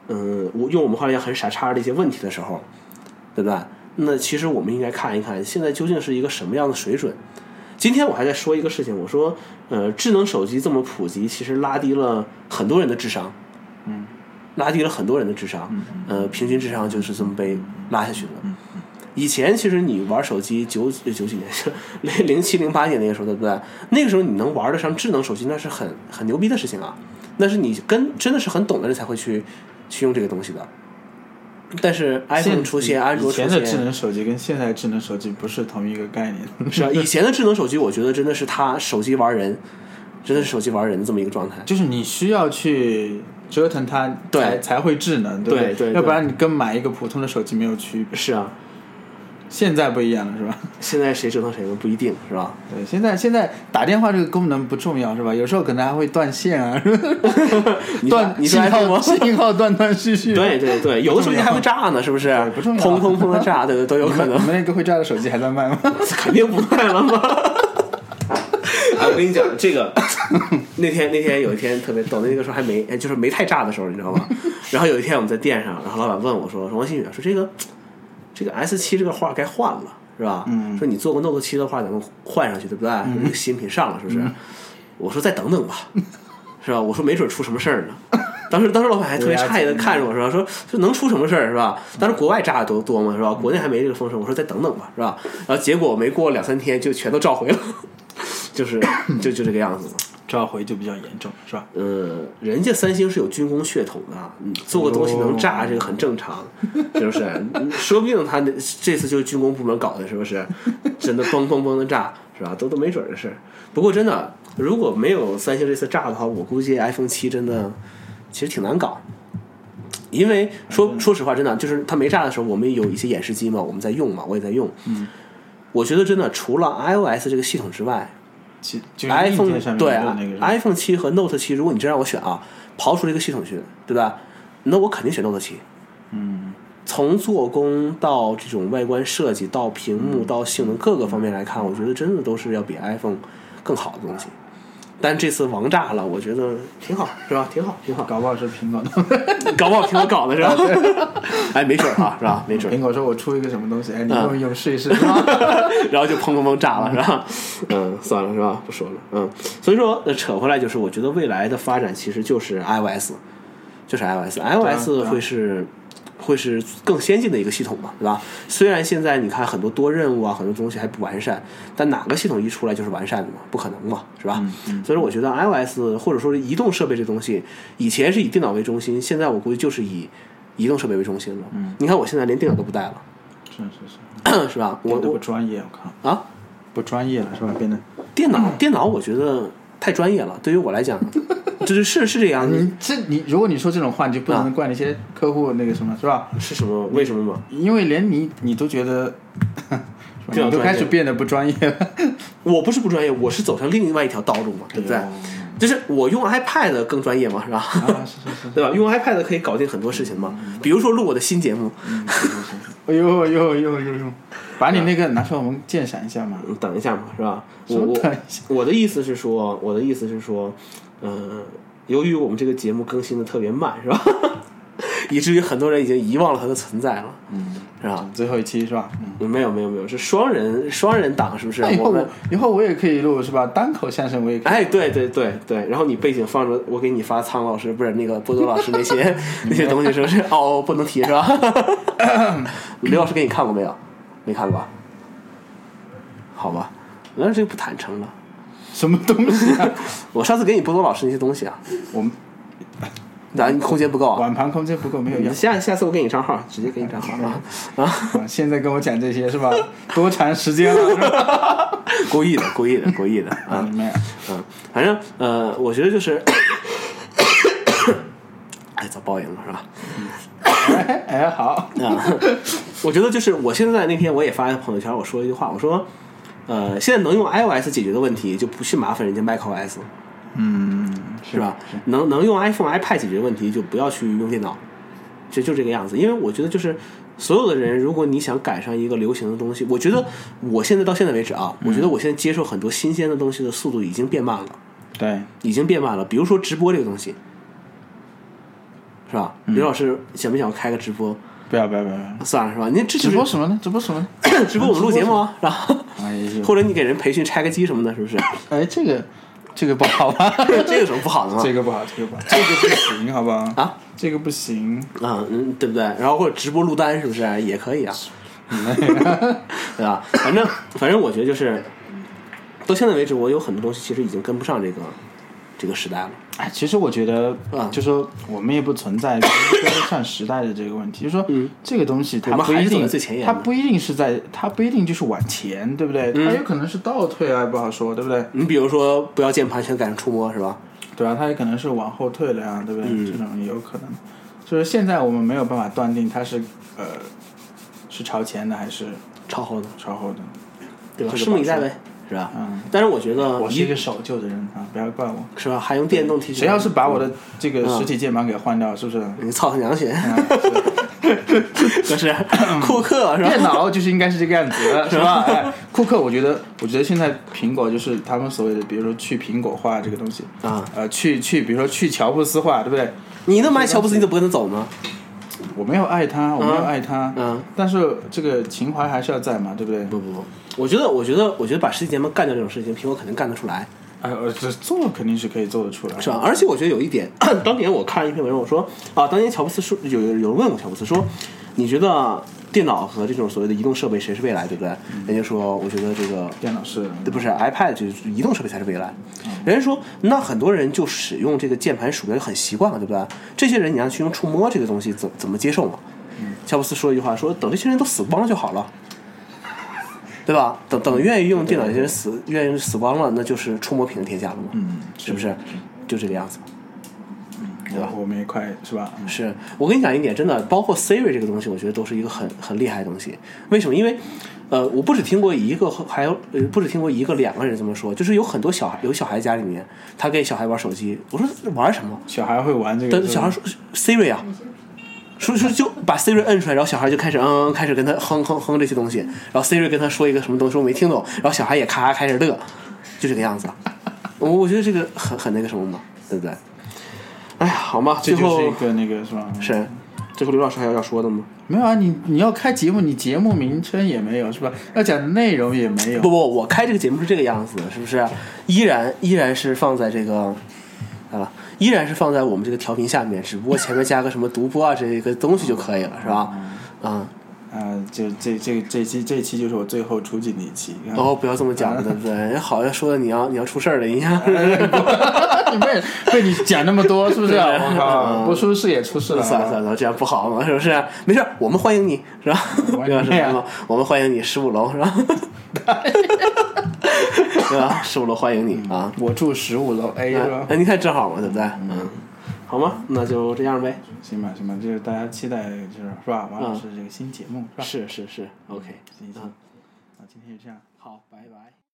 Speaker 1: 嗯、我用我们话来讲很傻叉的一些问题的时候，对吧？那其实我们应该看一看现在究竟是一个什么样的水准。今天我还在说一个事情，我说，呃，智能手机这么普及，其实拉低了很多人的智商，嗯，拉低了很多人的智商，
Speaker 2: 嗯
Speaker 1: 呃，平均智商就是这么被拉下去的，以前其实你玩手机九呃九几年 是零零七零八年那个时候，对不对？那个时候你能玩得上智能手机，那是很很牛逼的事情啊！那是你跟真的是很懂的人才会去去用这个东西的。但是 iPhone 出现，安卓
Speaker 2: 以
Speaker 1: 出
Speaker 2: 前的智
Speaker 1: 现，
Speaker 2: 能手机跟现在智能手机不是同一个概念。
Speaker 1: 是啊，以前的智能手机，我觉得真的是它手机玩人，真的是手机玩人这么一个状态。
Speaker 2: 就是你需要去折腾它
Speaker 1: 对
Speaker 2: 才才会智能，对不
Speaker 1: 对对对
Speaker 2: 要不然你跟买一个普通的手机没有区别。
Speaker 1: 是啊，
Speaker 2: 现在不一样了，是吧？
Speaker 1: 现在谁折腾谁呢？不一定是吧？
Speaker 2: 对，现在现在打电话这个功能不重要，是吧？有时候可能还会断线啊，是吧
Speaker 1: 你说
Speaker 2: 断
Speaker 1: 你说
Speaker 2: 信
Speaker 1: iPhone
Speaker 2: 号
Speaker 1: 吗？
Speaker 2: 信号断断续啊续。
Speaker 1: 对对对，有的手机还会炸呢，是不是？
Speaker 2: 不重要
Speaker 1: 砰砰砰的炸，对对，都有可能
Speaker 2: 你。们那个会炸的手机还在卖吗？
Speaker 1: 肯定不卖了吗？ 哎，我跟你讲，这个那天那天有一天特别逗，那个时候还没，哎就是没太炸的时候，你知道吗？然后有一天我们在店上，然后老板问我说：“说王新宇，啊说这个这个 S 七这个画该换了，是吧？
Speaker 2: 嗯
Speaker 1: 说你做个 Note 七的话，咱们换上去，对不对？说这个新品上了，是不是？”我说：“再等等吧，是吧？”我说：“没准出什么事儿呢。”当时，当时老板还特别诧异的看着我说：“说这能出什么事儿是吧？当时国外炸的多多嘛是吧？国内还没这个风声。”我说：“再等等吧，是吧？”然后结果没过两三天就全都召回了， 就是就 就这个样子嘛。
Speaker 2: 召回就比较严重，是吧？
Speaker 1: 呃，人家三星是有军工血统的，嗯，做个东西能炸，这个很正常，是不是？嗯说不定他那这次就是军工部门搞的，是不是？真的嘣嘣嘣的炸，是吧？都都没准儿的事。不过真的，如果没有三星这次炸的话，我估计 iPhone 七真的其实挺难搞。因为说说实话，真的就是它没炸的时候，我们有一些演示机嘛，我们在用嘛，我也在用。嗯，我觉得真的除了 iOS 这个系统之外，
Speaker 2: 其就是嗯硬
Speaker 1: iPhone
Speaker 2: 件上面
Speaker 1: 对啊
Speaker 2: 没有那个
Speaker 1: iPhone 七和 Note 七，如果你真让我选啊，刨除了一个系统去，对吧？那我肯定选 Note 七。
Speaker 2: 嗯，
Speaker 1: 从做工到这种外观设计，到屏幕，
Speaker 2: 嗯
Speaker 1: 到性能各个方面来看，我觉得真的都是要比 iPhone 更好的东西。但这次王炸了，我觉得挺好，是吧？挺好，挺好，
Speaker 2: 搞不好是苹果的。
Speaker 1: 搞不好挺好搞的是吧？ 哎，没准儿啊，是吧？没准儿
Speaker 2: 苹。果说我出一个什么东西，哎，你
Speaker 1: 嗯
Speaker 2: 用一用试一试。是吧
Speaker 1: 然后就砰砰砰炸了，是吧？嗯，算了，是吧？不说了，嗯。所以说，呃扯回来就是，我觉得未来的发展其实就是 iOS，就是 iOS，iOS
Speaker 2: 对啊
Speaker 1: 会是会是更先进的一个系统嘛，对吧？虽然现在你看很多多任务啊，很多东西还不完善，但哪个系统一出来就是完善的嘛？不可能嘛，是
Speaker 2: 嗯
Speaker 1: 吧？所以说，我觉得 iOS 或者说是移动设备这东西，以前是以电脑为中心，现在我估计就是以移动设备为中心了。嗯，你看我现在连电脑都不带了，
Speaker 2: 是是是，
Speaker 1: 是吧？我
Speaker 2: 变得不
Speaker 1: 我
Speaker 2: 专业，我靠，
Speaker 1: 啊。
Speaker 2: 不专业了是吧？变得
Speaker 1: 电脑，电脑我觉得太专业了，对于我来讲， 就是是是这样，
Speaker 2: 你这你如果你说这种话，你就不
Speaker 1: 啊
Speaker 2: 能怪那些客户那个什么，是吧？
Speaker 1: 是什么？为什么吗？
Speaker 2: 因为连你你都觉得，是吧
Speaker 1: 比较
Speaker 2: 你都
Speaker 1: 专业
Speaker 2: 开始变得不专业了。
Speaker 1: 我不是不专业，我是走上另外一条道路嘛，对不对？就是我用 iPad 更专业嘛，是吧？
Speaker 2: 哎啊，嗯是是是，
Speaker 1: 对吧？用 iPad 可以搞定很多事情嘛，比如说录我的新节目。
Speaker 2: 哎呦哎呦哎呦哎呦哎呦，把你那个拿出来我们鉴赏一下嘛。
Speaker 1: 嗯等一下嘛，是吧？
Speaker 2: 什
Speaker 1: 我
Speaker 2: 么
Speaker 1: 我
Speaker 2: 等一下
Speaker 1: 我的意思是说，我的意思是说，呃，由于我们这个节目更新的特别慢，是吧？ 以至于很多人已经遗忘了它的存在了，嗯，是吧？
Speaker 2: 最后一期是吧？嗯。
Speaker 1: 没有没有没有，是双人双人档，是不是？
Speaker 2: 那以后
Speaker 1: 我们
Speaker 2: 我以后我也可以录是吧？单口相声我也可以。
Speaker 1: 哎，对对对对，然后你背景放着我给你发苍老师不是那个波多老师那些那些东西，是不是？哦，不能提是吧？刘老师给你看过没有？没看过，好吧，那这不坦诚了。
Speaker 2: 什么东西啊？
Speaker 1: 我上次给你波多老师那些东西啊，
Speaker 2: 我们
Speaker 1: 咱空间不够啊。
Speaker 2: 碗盘空间不够，没有
Speaker 1: 你
Speaker 2: 要。
Speaker 1: 下下次我给你账号，直接给你账号啊啊！
Speaker 2: 啊现在跟我讲这些是吧？ 多长时间了？是吧
Speaker 1: 故意的，故意的，故意的啊！
Speaker 2: 没有，
Speaker 1: 嗯，反正呃，我觉得就是， 哎，遭报应了是吧？
Speaker 2: 哎哎好，
Speaker 1: 啊，我觉得就是我现在那天我也发朋友圈，我说一句话，我说，呃，现在能用 iOS 解决的问题，就不去麻烦人家 macOS，
Speaker 2: 嗯，
Speaker 1: 是吧？能能用 iPhone、iPad 解决问题，就不要去用电脑，就就这个样子。因为我觉得就是所有的人，如果你想赶上一个流行的东西，我觉得我现在到现在为止啊，我觉得我现在接受很多新鲜的东西的速度已经变慢了。
Speaker 2: 对，
Speaker 1: 已经变慢了。比如说直播这个东西，是吧？
Speaker 2: 嗯
Speaker 1: 刘老师想不想开个直播？
Speaker 2: 不要不要不要不要。
Speaker 1: 算了，是吧？您这
Speaker 2: 直播
Speaker 1: 就是
Speaker 2: 什么呢？直播什么呢？
Speaker 1: 直播我们录节目啊，是吧？
Speaker 2: 哎 呦，
Speaker 1: 或者你给人培训拆个机什么的，是 不是？
Speaker 2: 哎，这个这个不好吧？
Speaker 1: 这有什么不好的吗？
Speaker 2: 这个不好，这个不好，这个不行，好吧？
Speaker 1: 啊，
Speaker 2: 这个不行，
Speaker 1: 啊，嗯，对不对？然后或者直播录单是不是也可 以啊？
Speaker 2: 哎
Speaker 1: 对吧？反正反正我觉得就是，到现在为止，我有很多东西其实已经跟不上这个这个时代了。
Speaker 2: 哎，其实我觉得
Speaker 1: 啊，
Speaker 2: 就说我们也不存在跟不上时代的这个问题，就说
Speaker 1: 嗯
Speaker 2: 这个东西它
Speaker 1: 我们
Speaker 2: 不
Speaker 1: 还
Speaker 2: 一
Speaker 1: 是走
Speaker 2: 定
Speaker 1: 在最前，沿
Speaker 2: 它
Speaker 1: 的
Speaker 2: 不一定是在，它不一定就是往前，对不对？它
Speaker 1: 嗯
Speaker 2: 有可能是倒退啊，不好说，对不对？
Speaker 1: 你比如说，不要键盘全改成触摸是吧？
Speaker 2: 对啊，它也可能是往后退了呀，对不对？
Speaker 1: 嗯
Speaker 2: 这种也有可能，就是现在我们没有办法断定它是呃是朝前的还是
Speaker 1: 超厚的，
Speaker 2: 朝后的。
Speaker 1: 对吧？
Speaker 2: 这
Speaker 1: 拭
Speaker 2: 个
Speaker 1: 目以
Speaker 2: 保
Speaker 1: 待
Speaker 2: 持
Speaker 1: 呗，是吧？
Speaker 2: 嗯
Speaker 1: 但是我觉得
Speaker 2: 我是一个守旧的人啊，不要怪我。
Speaker 1: 是吧？还用电动踢球？
Speaker 2: 谁要是把我的这个实体键盘给换掉，是不是？
Speaker 1: 你操他娘去，
Speaker 2: 嗯
Speaker 1: 就是库克是吧？
Speaker 2: 电脑就是应该是这个样子的，是吧？哎，库克，我觉得，我觉得现在苹果就是他们所谓的，比如说去苹果化这个东西
Speaker 1: 啊
Speaker 2: 呃，去去，比如说去乔布斯化，对不对？
Speaker 1: 你那么爱乔布斯，你怎么不跟他走呢？
Speaker 2: 我没有爱他，我没有爱他，
Speaker 1: 嗯
Speaker 2: 但是这个情怀还是要在嘛，对不对？
Speaker 1: 不不不，我觉得，我觉得，我觉得把世纪联盟干掉这种事情，苹果肯定干得出来，
Speaker 2: 哎，呃，这做肯定是可以做得出来，
Speaker 1: 是吧？而且我觉得有一点， 当年我看一篇文章，我说啊，当年乔布斯说有有人问过乔布斯说，你觉得电脑和这种所谓的移动设备谁是未来，对不对？
Speaker 2: 嗯
Speaker 1: 人家说，我觉得这个
Speaker 2: 电脑是，
Speaker 1: 对，不是 iPad 就是移动设备才是未来。人家说，那很多人就使用这个键盘鼠标就很习惯了，对不对？这些人你让去用触摸这个东西，怎怎么接受嘛？乔布斯说一句话，说等这些人都死光就好了，对吧？等等愿意用电脑这些人死愿意死光了，那就是触摸屏天下了嘛，
Speaker 2: 嗯，
Speaker 1: 是不是？就这个样子。对吧
Speaker 2: 我我们一块是吧？嗯
Speaker 1: 是我跟你讲一点，真的，包括 Siri 这个东西，我觉得都是一个很很厉害的东西。为什么？因为，呃，我不只听过一个，还有呃，不只听过一个两个人这么说，就是有很多小孩，有小孩家里面，他给小孩玩手机，我说玩什么？
Speaker 2: 小孩会玩这个，
Speaker 1: 但小孩说 Siri 啊，说说就把 Siri 摁出来，然后小孩就开始嗯嗯开始跟他哼哼哼这些东西，然后 Siri 跟他说一个什么东西我没听懂，然后小孩也咔咔开始乐，就这个样子。我我觉得这个很很那个什么嘛，对不对？哎呀，好嘛，最
Speaker 2: 这就
Speaker 1: 后
Speaker 2: 是一个那个是吧？嗯
Speaker 1: 是，最后刘老师还有要说的吗？
Speaker 2: 没有啊，你你要开节目，你节目名称也没有是吧？ 要讲的内容也没有，
Speaker 1: 不不，我开这个节目是这个样子的，是不是？依然依然是放在这个，啊，依然是放在我们这个调频下面，只不过前面加个什么独播啊这一个东西就可以了，是吧？啊、
Speaker 2: 啊，就这这这期这期就是我最后出镜的一期。
Speaker 1: 然后不要这么讲，对不对？ 人家好像说你要你要出事儿了一样。
Speaker 2: 你被被你讲那么多，是不是啊？我靠，不出事也出事了。
Speaker 1: 算了算了，这样不好嘛，是不是？没事儿，我们欢迎你，是吧？
Speaker 2: 欢迎
Speaker 1: 刘老师
Speaker 2: 你啊
Speaker 1: 来了，我们欢迎你，十五楼，是吧？对吧？十五楼欢迎你啊！
Speaker 2: 我住十五楼 A 是吧
Speaker 1: 哎，？你看正好嘛，对不对？嗯，好吗？那就这样呗。
Speaker 2: 行吧行吧，就是大家期待就是是吧？王老师这个新节目是吧？
Speaker 1: 是是是，OK，
Speaker 2: 行行
Speaker 1: 嗯，
Speaker 2: 那今天就这样。
Speaker 1: 好，拜拜。